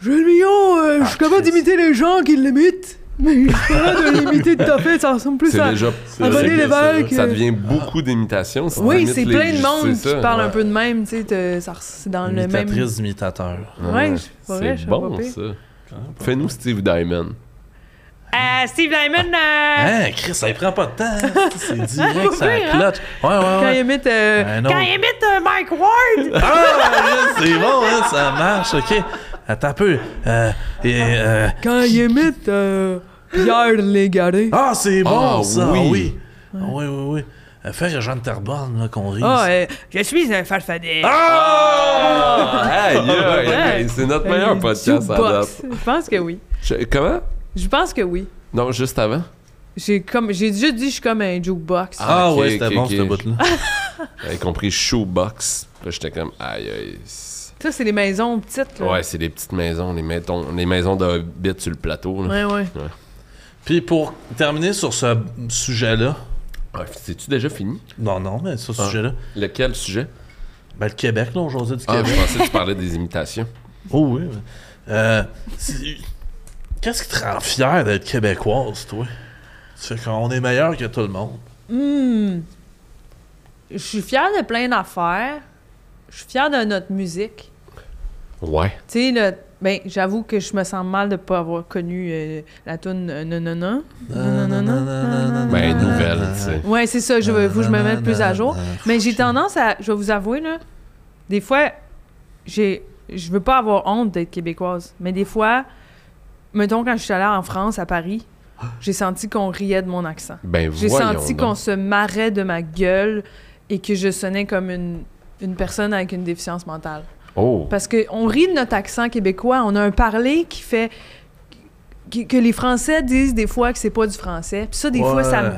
Je Mignon,
Ah,
euh, je suis capable d'imiter les gens qui l'imitent, mais je suis capable de l'imiter tout à fait, ça ressemble plus
C'est
à...
déjà...
à
c'est-
Bonnet
réglé, ça,
Lévesque,
Ça
euh.
devient beaucoup d'imitations. si
Oui,
t'imites
c'est
les-
plein de monde
c'est ça,
qui parle
ouais.
un peu de même, tu sais, te- ça res- c'est dans le même...
Imitatrice, imitateur.
Ouais, je- pas vrai, je
C'est
suis
bon,
pas pire.
ça. Fais-nous Steve Diamond.
Euh, Steve Diamond, euh,
Hein, Chris, ça y prend pas de temps. hein. C'est direct,
Pas
ça
pire, hein?
cloche. Ouais, ouais,
quand il
ouais.
imite, euh,
Ben non.
quand il imite euh, Mike Ward!
Ah, yes, c'est bon, hein, ça marche, ok. Attends un peu. Euh, et, euh,
quand il imite euh, Pierre Légaré.
Ah, c'est bon,
Ah,
ça,
oui.
oui. Ah, Oui, oui, oui. Euh, Faire Jean de Terbonne, là, qu'on rit.
Ah, euh, je suis un farfadet.
Ah! Aïe, aïe, aïe, c'est notre meilleur
Euh,
podcast à
jukebox.
date.
Je pense que oui.
Je- Comment?
Je pense que oui.
Non, juste avant.
J'ai comme j'ai déjà dit je suis comme un jukebox.
Ah,
ok,
ouais, c'était
ok,
bon,
ok.
ce bout-là.
J'avais compris shoebox. Là, j'étais comme, aïe, aïe. c'est-
Ça c'est les maisons petites là.
Ouais, c'est les petites maisons, les, maisons, les maisons de Hobbit sur le plateau. Là.
ouais. ouais.
Puis pour terminer sur ce sujet-là,
Ah, C'est-tu déjà fini?
non, non, mais sur ce
Ah.
sujet-là,
Lequel sujet?
ben, le Québec, là, aujourd'hui, du
Ah,
Québec.
je pensais que tu parlais des imitations.
Oh, oui. mais- Euh, c'est- Qu'est-ce qui te rend fier d'être québécoise, toi? Tu fais qu'on est meilleur que tout le monde.
Hmm. je suis fière de plein d'affaires. Je suis fière de notre musique.
Ouais.
Tu sais, le- ben, j'avoue que je me sens mal de pas avoir connu euh, la tune euh, non non non. Non, non, non, non, non, non,
Ben,
non.
nouvelle, tu sais.
Ouais, c'est ça, je veux faut que je me mette plus à jour. Mais j'ai tendance à je vais vous avouer là, des fois j'ai je veux pas avoir honte d'être québécoise, mais des fois mettons quand je suis allée en France à Paris, j'ai senti qu'on riait de mon accent.
Ben,
J'ai
voyons
senti qu'on
donc.
se marrait de ma gueule et que je sonnais comme une, une personne avec une déficience mentale.
Oh!
Parce qu'on rit de notre accent québécois, on a un parler qui fait. qui- que les Français disent des fois que c'est pas du français. Puis ça, des fois, ça me,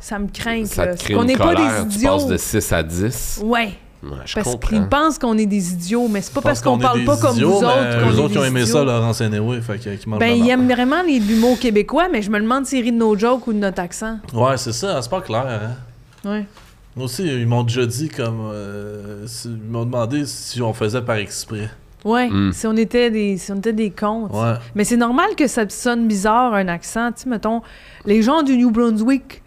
ça me craint.
Ça
là.
te crée
qu'on
une
n'est pas
colère.
des
Tu passes
idiots.
de 6 à 10.
Ouais,
Ouais, je
parce
comprends.
qu'ils pensent qu'on est des idiots, mais c'est pas parce
Parce
qu'on
est
parle
des
pas comme
idiots,
vous
mais
autres. qu'on
Eux
est
autres, ils ont
des
aimé
idiots.
ça, Laurence Anyway, fait que- qu'ils mangent
Ben,
la
ils
marde.
aiment vraiment les- l'humour québécois, mais je me demande s'ils rient de nos jokes ou de notre accent.
Ouais, c'est ça, c'est pas clair, hein.
Ouais.
Moi aussi, ils m'ont déjà dit comme. euh, si- ils m'ont demandé si on faisait par exprès.
Ouais,
Mm.
si, on était des, si on était des cons. tu sais.
Ouais.
Mais c'est normal que ça sonne bizarre, un accent. Tu sais, mettons, les gens du New Brunswick,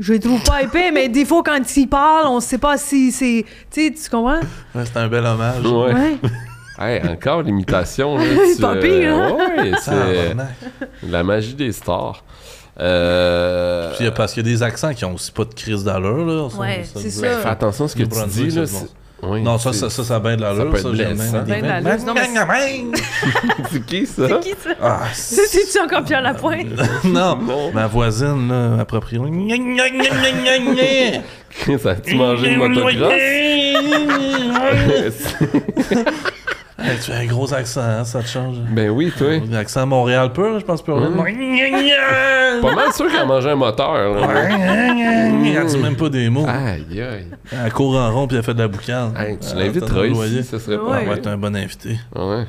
je les trouve pas épais, mais des fois, quand ils parlent, on sait pas si c'est. Tu sais, tu comprends?
Ouais, c'est un bel hommage.
Ouais.
Ouais.
Hey, encore l'imitation. là, tu, euh,
Tant pis, hein?
ouais, c'est
Tabarnak.
la magie des stars. Euh,
Puis, euh, parce qu'il y a des accents qui ont aussi pas de crise d'allure, là. ça-
Ouais,
ça-
c'est
ça-
ça.
ben, fais attention à ce que
New
tu
Brunswick,
dis. Là,
ça, c'est
c'est- oui,
Non, ça,
Mmh. c'est-
ça, ça, ça a bien de l'allure.
Ça peut être
j'aime bien
blessant.
des-
Ben de l'allure. Non,
c'est qui ça?
Qui, ça?
Ah,
C'est-tu encore Pierre Lapointe?
Euh, non, ma voisine, là, appropriée.
ça tu mangé une motocross?
Hey, tu as un gros accent, hein, ça te change.
ben oui, toi.
Un accent Montréal pur, je pense, plus rien.
Pas mal sûr qu'elle mangeait un moteur. là.
Elle dit même pas des mots.
Aïe, aïe.
Elle court en rond puis elle fait de la boucane.
Ah. Hey, tu
Ah, t'as
l'inviteras
le loyer.
ici, ça serait
Ouais.
Elle
pas
va être un bon invité.
Ouais.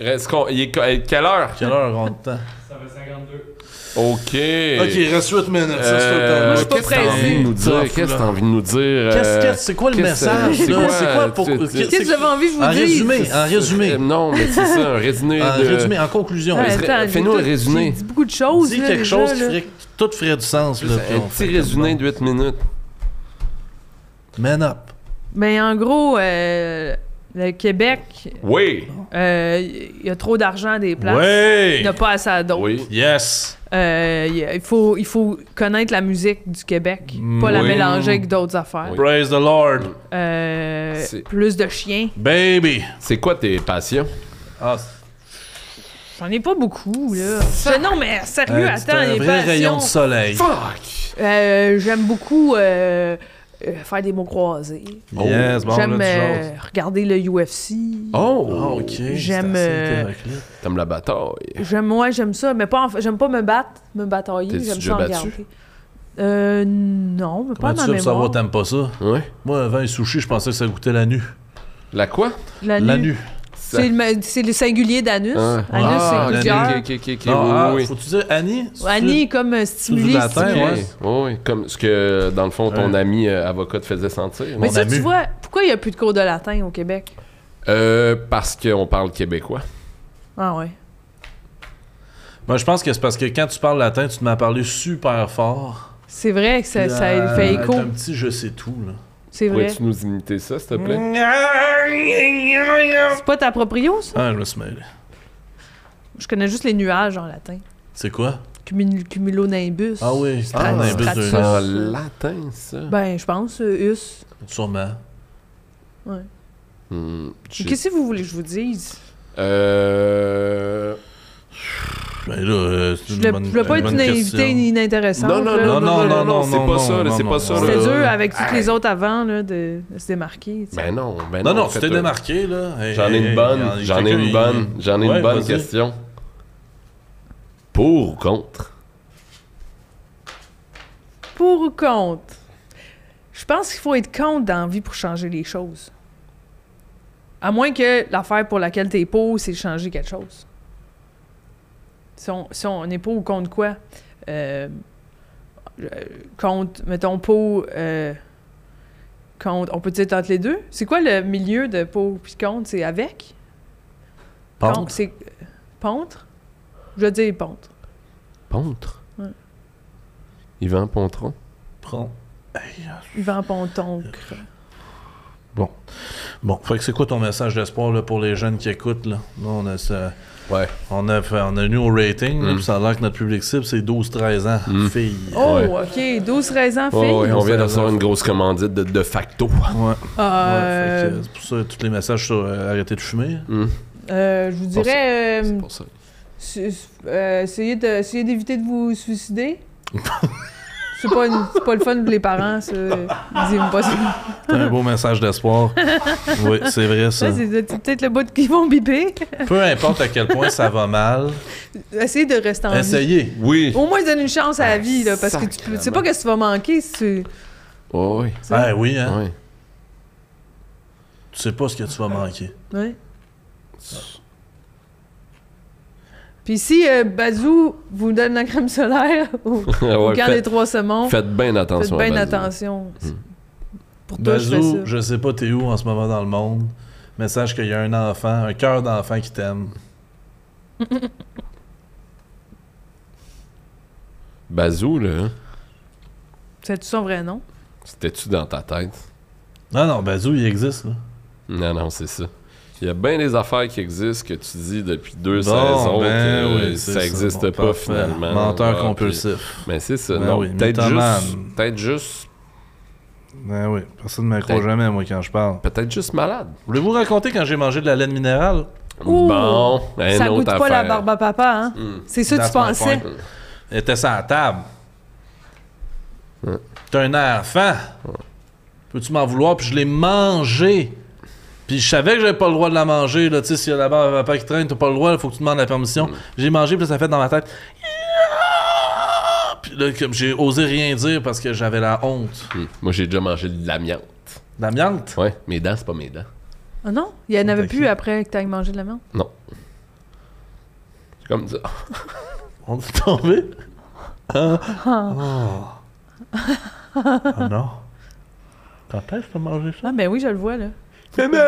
Reste qu'on. il est co- euh, Quelle heure?
Quelle heure on a de temps?
Ça fait 52.
Ok.
Ok, il reste 8 minutes. ça, c'est tout le temps.
Euh,
Moi, je suis pas
Qu'est-ce que t'as envie de nous
pressée.
dire? Qu'est-ce que t'as envie de nous dire?
Qu'est-ce
euh,
que c'est quoi le
qu'est-ce-
message
c'est
là?
quoi,
C'est quoi pour
tu- tu-
qu'est-ce
Qu'est-ce que
que-
j'avais envie que je vous
En
dise?
résumé, en
Euh,
résumé,
non, mais c'est ça, un résumé
en
de.
résumé, en conclusion.
Ah,
Mais
attends, j'ai
fais-nous
tout-
un résumé.
J'ai dit beaucoup de choses.
Dis
là,
quelque
déjà,
chose qui
là.
ferait tout ferait du sens là. puis
un
on
petit
fait
résumé
comme
de 8 minutes.
bon. Man up.
Ben, en gros, euh, le Québec,
Oui!
euh, il y a trop d'argent à des places. Il
Ouais.
n'y a pas assez à d'autres.
Oui.
Yes.
Euh, y a- il, faut, il faut connaître la musique du Québec, pas la
Oui.
mélanger avec d'autres affaires.
Oui.
Praise the Lord,
Euh,
C'est-
plus de chiens.
baby.
C'est quoi tes passions?
Ah,
J'en ai pas beaucoup, là. Je- non, mais sérieux,
euh, c'est
attends,
un
les
vrai rayon
passions.
de soleil.
Fuck!
Euh, J'aime beaucoup euh, euh, faire des mots croisés.
Oh.
Yes, bon,
J'aime
là, tu
euh, regarder le UFC.
Oh,
Oh!
ok. c'est
J'aime,
assez
euh,
hétéroclite.
T'aimes la bataille.
J'aime, ouais, j'aime ça, mais pas en fa- j'aime pas me battre, me batailler,
T'es-tu
j'aime
déjà
ça en
battu?
regarder. Euh, non, mais pas
Comment
dans
tu
ma
veux savoir
mémoire.
t'aimes pas ça?
Ouais.
Moi, avant les sushis, je pensais que ça goûtait la nu.
La quoi?
La,
La
nu.
nu.
Ça-
C'est le, ma- c'est le singulier d'anus.
Ah.
Anus,
Ah,
c'est
la
plusieurs.
Ok, ok, ok, ok,
Non, ah,
oui, oui, oui.
Faut-tu dire Annie? C'est-
Annie est comme euh, stimulée,
latin,
Ok,
stimulée.
ouais.
oui, oui, Comme ce que, dans le fond, ton
Ouais.
ami euh, avocat te faisait sentir.
Mais
Mon
ça, tu
amu.
vois, pourquoi il n'y a plus de cours de latin au Québec?
Euh, parce qu'on parle québécois.
Ah ouais.
Moi, je pense que c'est parce que quand tu parles latin, tu te mets à parler super fort.
C'est vrai que ça,
Puis,
ça
euh,
fait écho.
t'as un petit je sais tout, là.
C'est vrai.
Pourrais-tu nous imiter ça, s'il te plaît?
Mm.
C'est pas ta proprio, ça?
Ah, je me suis mêlé.
Je connais juste les nuages en latin.
C'est quoi?
Cumul- Cumulonimbus.
Ah oui, ah,
Stratus-
un bus
Stratus.
C'est
de-
en latin, ça.
Ben, je pense, euh, us.
Sûrement.
Hmm, j'ai-
Qu'est-ce que vous voulez que je vous dise?
Euh...
Ben là, euh, c'est
Je
une
voulais,
bonne-
je voulais pas
une
être
bonne
une
question.
invitée ni- inintéressante.
Non, non,
là.
non,
Non,
non,
non,
non,
non,
c'est
non,
pas
non,
ça, là,
non,
c'est pas
non,
ça.
non.
C'était
là.
dur avec toutes les autres avant là, de, de se démarquer. tu sais.
Ben non, ben
Non, non,
en
tu
fait,
t'es
euh,
démarqué, là. Hey,
J'en ai
hey,
une
hey,
bonne,
y a
j'en ai
quelqu'un,
une bonne,
il-
j'en ai
Ouais,
une bonne
vas-y.
question. Pour ou contre?
Pour ou contre? Je pense qu'il faut être contre dans la vie pour changer les choses. À moins que l'affaire pour laquelle t'es pour, c'est de changer quelque chose. Si on, si on est pour ou contre quoi? Euh, euh, contre, mettons, pour... euh, contre, on peut dire entre les deux? C'est quoi le milieu de pour puis contre? C'est avec?
Pente.
Contre, c'est... Pontre? Je dis pontre.
Pontre?
Ouais.
Yvan Pontron?
Prends. euh.
Yvan Ponton. cr-
Bon. Bon, fait que c'est quoi ton message d'espoir là, pour les jeunes qui écoutent? Là? Là, on a ce-
Ouais. Mm.
On a, fait, on a nous au rating, là, puis ça a l'air que notre public cible, c'est 12-13 ans, filles.
Oh,
Ouais.
OK. 12-13
Ouais,
ans, fille.
ouais, Oh, on vient de
ça,
recevoir
ça.
une grosse commandite de, de facto.
Ouais.
Euh,
Ouais, fait que, euh, c'est pour ça, tous les messages sur euh, arrêtez de fumer.
euh, je vous
Pour
dirais, euh,
C'est pour ça.
su- su- euh, essayez de- essayez d'éviter de, vous suicider. c'est pas, une- c'est pas le fun pour les parents, ça. Dis-moi pas ça.
C'est un beau message d'espoir. oui, c'est vrai ça.
Ça, c'est c'est peut-être le bout qu'ils vont biper.
Peu importe à quel point ça va mal,
Essayez de rester en vie.
essayez.
Oui.
Au moins, donne une chance à la vie, là, parce que tu, peux, tu sais pas que tu vas manquer si tu.
Oh, oui.
tu sais.
Ah oui, hein.
Ouais.
Tu sais pas ce que tu vas manquer.
Ouais. Puis si euh, Bazou vous donne la crème solaire au,
Ouais,
au camp des
faites,
trois saumons, faites
faites bien attention.
bien
à Bazou.
attention.
Hmm.
Pour toi, je fais ça.
Bazou, je sais pas t'es où en ce moment dans le monde. Message qu'il y a un enfant, un cœur d'enfant qui t'aime.
Bazou, là, hein.
C'est-tu son vrai nom?
c'était-tu dans ta tête?
Non, non, Bazou, il existe là.
Non, non, c'est ça. Il y a bien des affaires qui existent que tu dis depuis deux
Bon,
saisons
ben
que
oui, c'est
ça n'existe
Bon,
pas
parfait.
finalement.
Menteur
Ah,
compulsif.
puis- Mais c'est ça,
Ben
non.
oui,
peut-être
mythomane.
juste, peut-être juste,
Ben oui, personne ne me croit
Peut-être.
jamais, moi, quand je parle.
peut-être juste malade.
Voulez-vous raconter quand j'ai mangé de la laine minérale?
Ouh,
bon, ben,
ça
une autre
goûte pas
affaire. Hmm.
la barbe à papa, hein? C'est ça que tu
That's my
pensais.
point. Elle était sur la table. T'es un enfant. Peux-tu m'en vouloir? Puis je l'ai mangé. Puis je savais que j'avais pas le droit de la manger. Là, tu sais, s'il y a la barbe à papa qui traîne, t'as pas le droit, il faut que tu demandes la permission. J'ai mangé, puis ça fait dans ma tête. Puis là, comme j'ai osé rien dire parce que j'avais la honte.
Hmm. Moi, j'ai déjà mangé de l'amiante.
La miante?
Ouais, mes dents, c'est pas mes dents.
Ah non? Il y en avait
T'as
plus
qui?
après que t'ailles manger de la menthe.
Non. C'est comme ça.
On est tombé? Hein?
Ah.
Oh. oh non. Quand est-ce que t'as mangé ça?
Ah ben oui, je le vois, là.
Maman,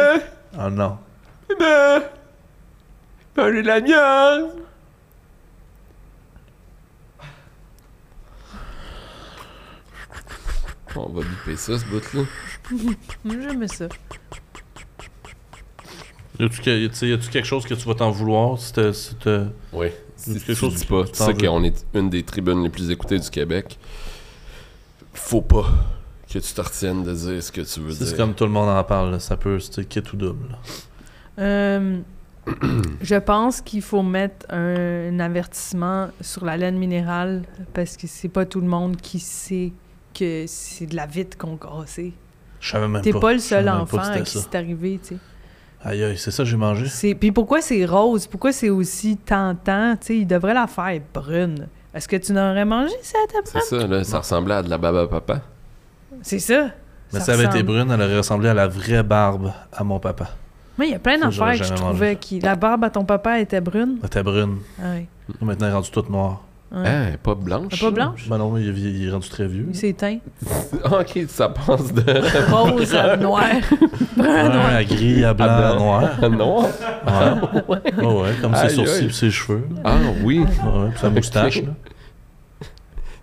Oh non.
maman, mangé de l'amiante. On va biper ça, ce bout-là.
Moi, J'aimais ça.
Y a-tu que- t'sais, y a-tu quelque chose que tu vas t'en vouloir si t'as- si t'as-
Oui.
C'est
Si
quelque
tu
chose
dis
qui-
pas,
qui
tu sais
t'en
qu'on est une des tribunes les plus écoutées du Québec. Faut pas que tu te retiennes de dire ce que tu veux
t'sais,
dire.
C'est comme tout le monde en parle, là. ça peut, c'est quitte ou double. là.
Euh, je pense qu'il faut mettre un, un avertissement sur la laine minérale parce que c'est pas tout le monde qui sait que c'est de la vite qu'on cassait.
Je savais même
T'es
pas.
pas le
Je savais
seul
même pas que
enfant à
c'était
qui
ça.
c'est arrivé, tu sais.
Aïe aïe, c'est ça que j'ai mangé.
C'est- Puis pourquoi c'est rose? Pourquoi c'est aussi tentant? Tu sais, il devrait la faire brune. Est-ce que tu n'aurais mangé ça à ta
C'est ça, là, ça ressemblait à de la baba papa.
C'est ça.
Mais ça avait été
ressemble.
brune, elle aurait ressemblé à la vraie barbe à mon papa.
Mais il y a plein
Ça, j'aurais
d'affaires que je
jamais mangé
trouvais
ça.
qui. La barbe à ton papa était brune.
Elle était brune.
Ah oui.
Maintenant, elle est rendue toute noire.
Ouais.
Hein, pas
Elle est
blanche.
Pas blanche?
Ben non, il est, vie- il est rendu très vieux.
Il s'est teint.
ok, ça passe de
Rose à noir.
Ouais, à gris, à blanc, à
blanc.
noir.
noir.
Ouais. Ouais, ouais, comme ses
ben. Aïe,
sourcils
aïe.
et ses cheveux. là.
Ah oui,
Ouais, ouais, puis sa moustache.
Ok.
là.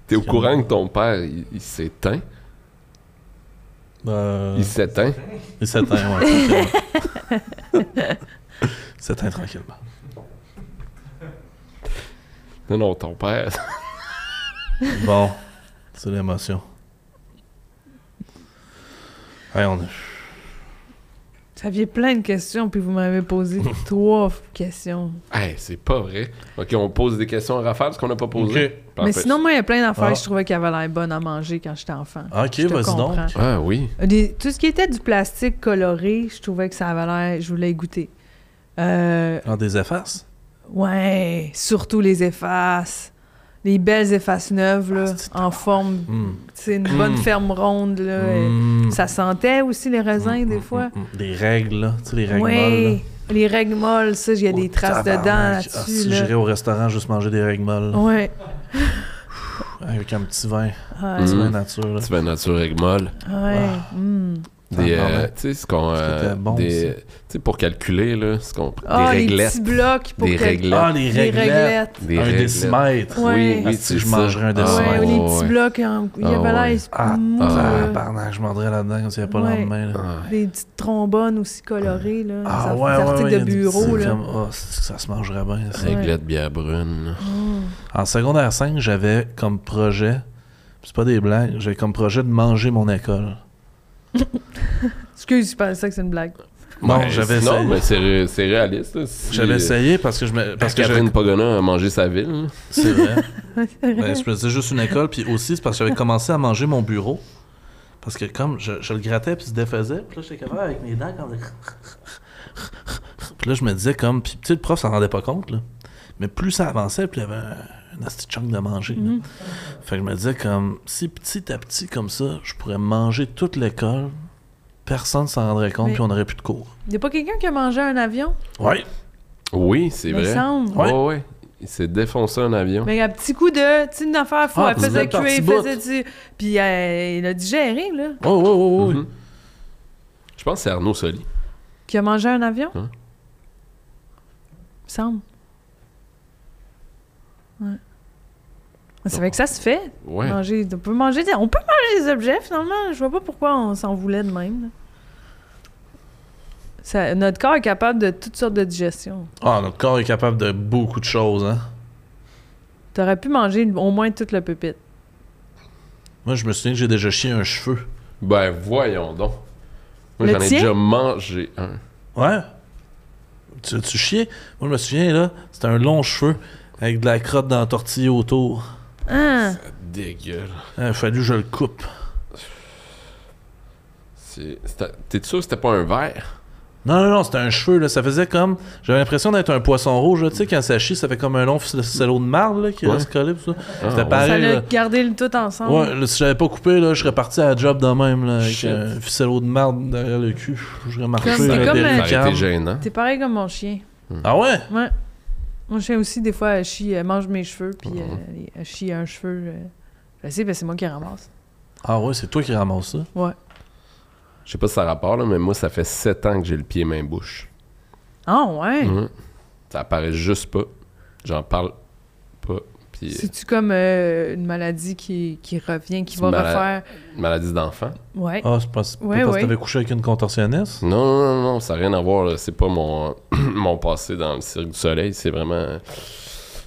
t'es au courant que ton père, il, il s'éteint.
Euh,
Il s'éteint.
il s'éteint, ouais. tranquillement. Il s'éteint tranquillement.
Non, non, ton père.
Bon, c'est l'émotion. Hey, on est-
Vous aviez plein de questions, puis vous m'avez posé trois f- questions.
Hey, c'est pas vrai. Ok, on pose des questions à Raphaël, parce qu'on n'a pas posé.
Ok.
Parfait.
Mais sinon, moi, il y a plein d'affaires que
Ah.
je trouvais qui avaient l'air bonnes à manger quand j'étais enfant.
Ok,
Je te
vas-y donc.
comprends.
Ah oui.
Des- tout ce qui était du plastique coloré, je trouvais que ça avait l'air. Je voulais y goûter. Euh,
Ah, des effaces?
ouais, surtout les effaces. Les belles effaces neuves, là,
Ah, c'est
en forme.
Mm.
C'est une bonne ferme ronde, là. et
Mm.
Ça sentait aussi les raisins, des fois.
Mm. Des règles, là. Tu sais, les règles molles. là.
Ouais, les règles molles, ça, il y a des
Oh,
traces
tabarnak.
dedans
Ah,
là-dessus.
si
là.
j'irais au restaurant juste manger des règles molles, là.
Ouais.
avec un petit vin,
ouais.
un petit
Mm.
vin nature, là.
Tu vas nature avec molle.
Ouais. hmm.
Des,
Ah,
euh,
ouais.
tu sais, ce qu'on.
Parce que t'es
euh,
bon,
des- tu sais, pour calculer, là, ce qu'on.
Ah,
des
les
réglettes.
petits blocs pour
Des
que-
réglettes.
Ah, les
Des
réglettes.
réglettes.
Des
un
réglettes.
décimètre.
Ouais.
Oui, oui,
Ah, si,
c'est
je
ça.
mangerais un
Ah,
décimètre.
ouais,
ouais, ou les
ouais,
petits
ouais.
blocs. en- Il y
Ah,
avait l'air
ouais.
Ah,
mou, là.
tabarnak, je m'endrais là-dedans comme s'il n'y avait pas
Ouais.
le lendemain. là.
Ah, ouais.
Des petites trombones aussi colorées, là.
Ah,
des
ouais, ouais,
articles
ouais, il y a
de
des
bureau,
petites
là.
comme, Ah, c'est que ça se mangerait bien. ça.
Ouais.
Réglettes bière brune.
En secondaire 5, j'avais comme projet, c'est pas des blagues, j'avais comme projet de manger mon école.
Excuse, je pensais que c'est une blague.
Bon,
Ouais,
j'avais
Non,
essayé.
mais c'est ré- c'est réaliste. là, si-
J'avais essayé parce que je me. Parce que j'avais-
Catherine Pagona a mangé sa ville.
C'est vrai. Mais je faisais juste une école, puis aussi, c'est parce que j'avais commencé à manger mon bureau. Parce que comme je, je le grattais, puis il se défaisait, puis là, j'étais capable avec mes dents quand Puis là, je me disais comme. Puis tu sais, le prof s'en rendait pas compte, là. Mais plus ça avançait, plus il y avait un- un petit chunk de manger. là. Fait que je me disais comme. Si petit à petit, comme ça, je pourrais manger toute l'école, personne s'en rendrait compte,
Mais-
puis on n'aurait plus de cours.
Il n'y a pas quelqu'un qui a mangé un avion?
Ouais!
Oui, c'est
Il me
vrai.
semble.
Ouais, ouais. Il s'est défoncé un avion.
Mais un petit coup de, tu sais, une affaire fou,
Ah,
elle faisait
petit bout.
cuire,
Petit bout.
faisait du... Puis euh, il a digéré, là,
Oh, oh, oh, oh!
Mhm. Je pense que c'est Arnaud Soli.
qui a mangé un avion.
Hein?
Il me semble. Ouais. C'est vrai que ça se fait.
Ouais.
Manger, on, peut manger des, on peut manger des objets, finalement. Je vois pas pourquoi on s'en voulait de même. là. Ça- notre corps est capable de toutes sortes de digestions.
Ah, notre corps est capable de beaucoup de choses, hein.
T'aurais pu manger au moins toute la pépite.
Moi, je me souviens que j'ai déjà chié un cheveu.
Ben voyons donc. Moi,
Le
j'en ai
tien?
déjà mangé un.
Ouais. Tu, tu chiais? Moi, je me souviens, là, c'était un long cheveu avec de la crotte dans la tortilla autour.
Hein?
Dégueule.
Il a fallu que je le coupe.
C'est- c'était- T'es sûr que c'était pas un verre?
Non, non, non, c'était un cheveu, là. Ça faisait comme. J'avais l'impression d'être un poisson rouge, là. Tu sais, quand ça chie, ça fait comme un long fice- ficello de marbre, là, qui
Ouais.
reste collé, tout ça.
Ah,
c'était
ouais.
Ça
pareil,
l'a
là.
gardé le tout ensemble.
Ouais, là, si j'avais pas coupé, là, je serais parti à la job de même, là, avec
Shit.
un ficello de marbre derrière le cul. J'aurais marché
Comme-
dans
c'est
le
comme un-
Ça aurait
péricard.
été gênant.
T'es pareil comme mon chien.
Ah ouais?
Ouais. Mon chien aussi, des fois, elle chie, elle mange mes cheveux, puis
Ah.
elle, elle chie un cheveu. euh, Je sais, ben c'est moi qui ramasse.
Ah ouais, c'est toi qui ramasses ça.
Ouais.
Je sais pas si ça a rapport, là, mais moi, ça fait 7 ans que j'ai le pied main-bouche.
Ah ouais!
Mhm. Ça apparaît juste pas. J'en parle pas. Puis, euh,
C'est-tu comme euh, une maladie qui, qui revient, qui
C'est
va
une malade-
refaire?
maladie d'enfant.
Ouais.
Ah, c'est pas, c'est pas
Ouais,
parce
ouais.
que t'avais couché avec une contorsionniste?
Non, non, non, non, ça n'a rien à voir. là. C'est pas mon, mon passé dans le cirque du soleil. C'est vraiment.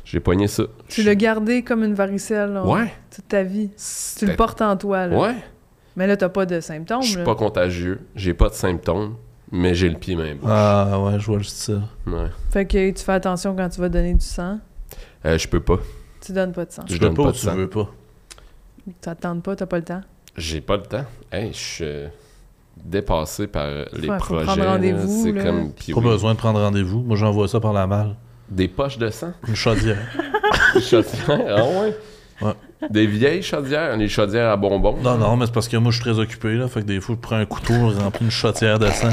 J'ai poigné ça.
Tu l'as gardé comme une varicelle là,
Ouais.
toute ta vie. Tu
C'était-
le portes en toi, là.
Ouais.
Mais là, t'as pas de symptômes.
Je suis
là.
pas contagieux. J'ai pas de symptômes. Mais j'ai le pied main-bouche.
Ah ouais, je vois le style.
Ouais.
Fait que tu fais attention quand tu vas donner du sang.
Euh, je peux pas.
Tu donnes pas de sang.
Je
Tu peux
donne
pas
pas
ou
de
tu
sang.
veux pas?
T'attends pas, t'as pas le temps.
J'ai pas le temps. Hey, je suis euh, dépassé par euh, les
Ouais, faut
projets.
prendre
là.
rendez-vous,
C'est
là.
comme puis
Pas
oui,
besoin de prendre rendez-vous. Moi, j'envoie ça par la malle.
des poches de sang.
Une chaudière.
Des chaudières, ah ouais.
Ouais.
Des vieilles chaudières, les chaudières à bonbons.
non, non, mais c'est parce que moi, je suis très occupé, là. Fait que des fois, je prends un couteau, je remplis une chaudière de sang.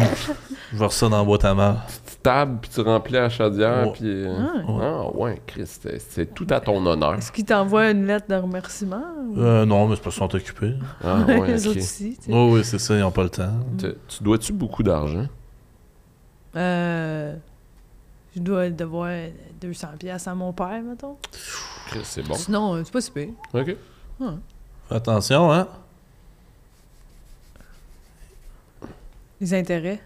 Je verse ça dans la boîte à malle.
Tu tables, puis tu remplis la chaudière,
Ouais.
puis euh,
Ah.
ah ouais, Christ, c'est- c'est tout à ton honneur.
Est-ce qu'il t'envoie une lettre de remerciement? ou-
Euh, non, mais c'est parce qu'ils sont occupés.
Ah ouais,
Les
ok.
autres ici, tu sais.
Oh, oui, c'est ça, ils n'ont pas le temps.
Te- Tu dois-tu beaucoup d'argent?
Euh, je dois devoir 200 pièces à mon père, mettons.
Christ, c'est bon.
Sinon, euh, c'est pas si pire.
Ok.
Fais attention, hein.
Les intérêts.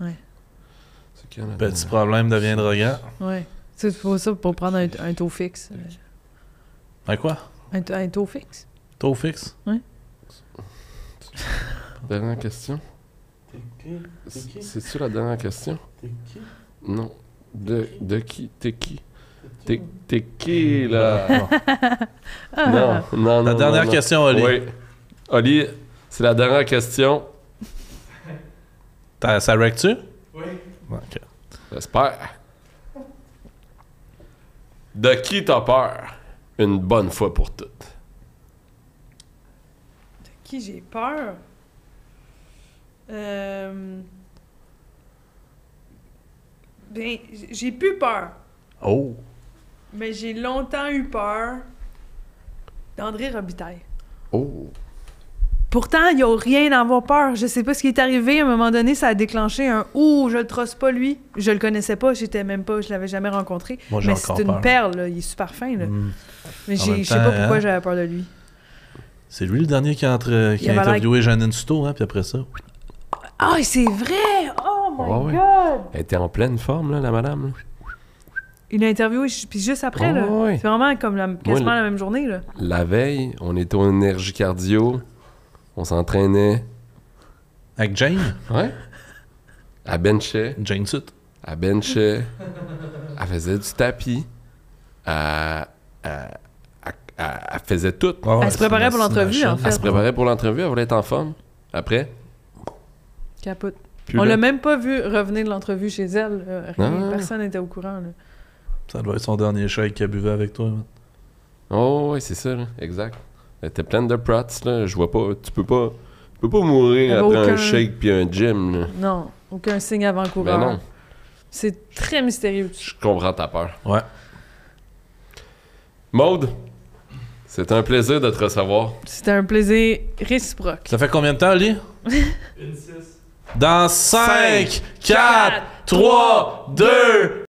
C'est quand, là,
Petit problème devient droguant.
Ouais. Tu sais, C'est pour ça, pour prendre un, un taux fixe. euh,
À quoi?
Un, t- un taux fixe.
Taux fixe?
Dernière question. C'est- C'est-tu la dernière question? Non. De, de qui? T'es qui? T'es t'es qui, là?
Bon.
Ah,
Non, non, non.
La dernière
non, non.
question, Oli.
Oui. Oli, c'est la dernière question.
T'as- Ça rec-tu?
Oui.
Ok.
J'espère. De qui t'as peur une bonne fois pour toutes?
De ah. qui j'ai peur? Euh... Ben, j- j'ai plus peur.
Oh!
Mais j'ai longtemps eu peur d'André Robitaille.
Oh.
Pourtant, il n'y a rien à avoir peur. Je sais pas ce qui est arrivé. À un moment donné, ça a déclenché un Ouh, je le trosse pas lui. Je le connaissais pas, j'étais même pas, je l'avais jamais rencontré.
Moi, j'ai
Mais
encore
c'est une
peur.
perle, là. il est super fin. Là.
Mm.
Mais
En
j'ai-
même
je sais pas
temps,
pourquoi
hein.
j'avais peur de lui.
C'est lui le dernier qui a, entre- euh, qui
Il
a
avait
interviewé Jeannine Souto, hein, puis après ça.
Ah, c'est vrai! Oh my
Ouais, ouais.
god!
Elle était en pleine forme, là, la madame.
Il a interviewé, je- puis juste après,
Ouais,
là.
ouais, ouais.
C'est vraiment comme la, quasiment
le-
la même journée, là.
La veille, on était au énergie cardio. On s'entraînait.
Avec Jane.
Ouais. À bencher.
Jane Sut.
Elle benchait. Elle faisait du tapis. Elle, elle- elle- elle- elle faisait tout.
Elle se préparait pour l'entrevue, en
Elle se préparait pour l'entrevue, elle voulait être en forme. Après,
Capote.
plus
On
là.
l'a même pas vu revenir de l'entrevue chez elle. là. Rien,
Non.
Personne n'était au courant, là.
Ça doit être son dernier chèque qu'elle buvait avec toi. man.
Oh, ouais, c'est ça, là. exact. Elle était pleine de prats, là. Je vois pas. Tu peux pas. Tu peux pas mourir
Elle
après
va
un
aucun-
shake puis un gym, là.
Non, aucun signe avant-coureur.
Ben non.
C'est très mystérieux.
Je comprends ta peur.
Ouais.
Maude, c'est un plaisir de te recevoir.
C'était un plaisir réciproque.
Ça fait combien de temps, Ali?
Une 6.
Dans 5, 4,
quatre,
3, 2,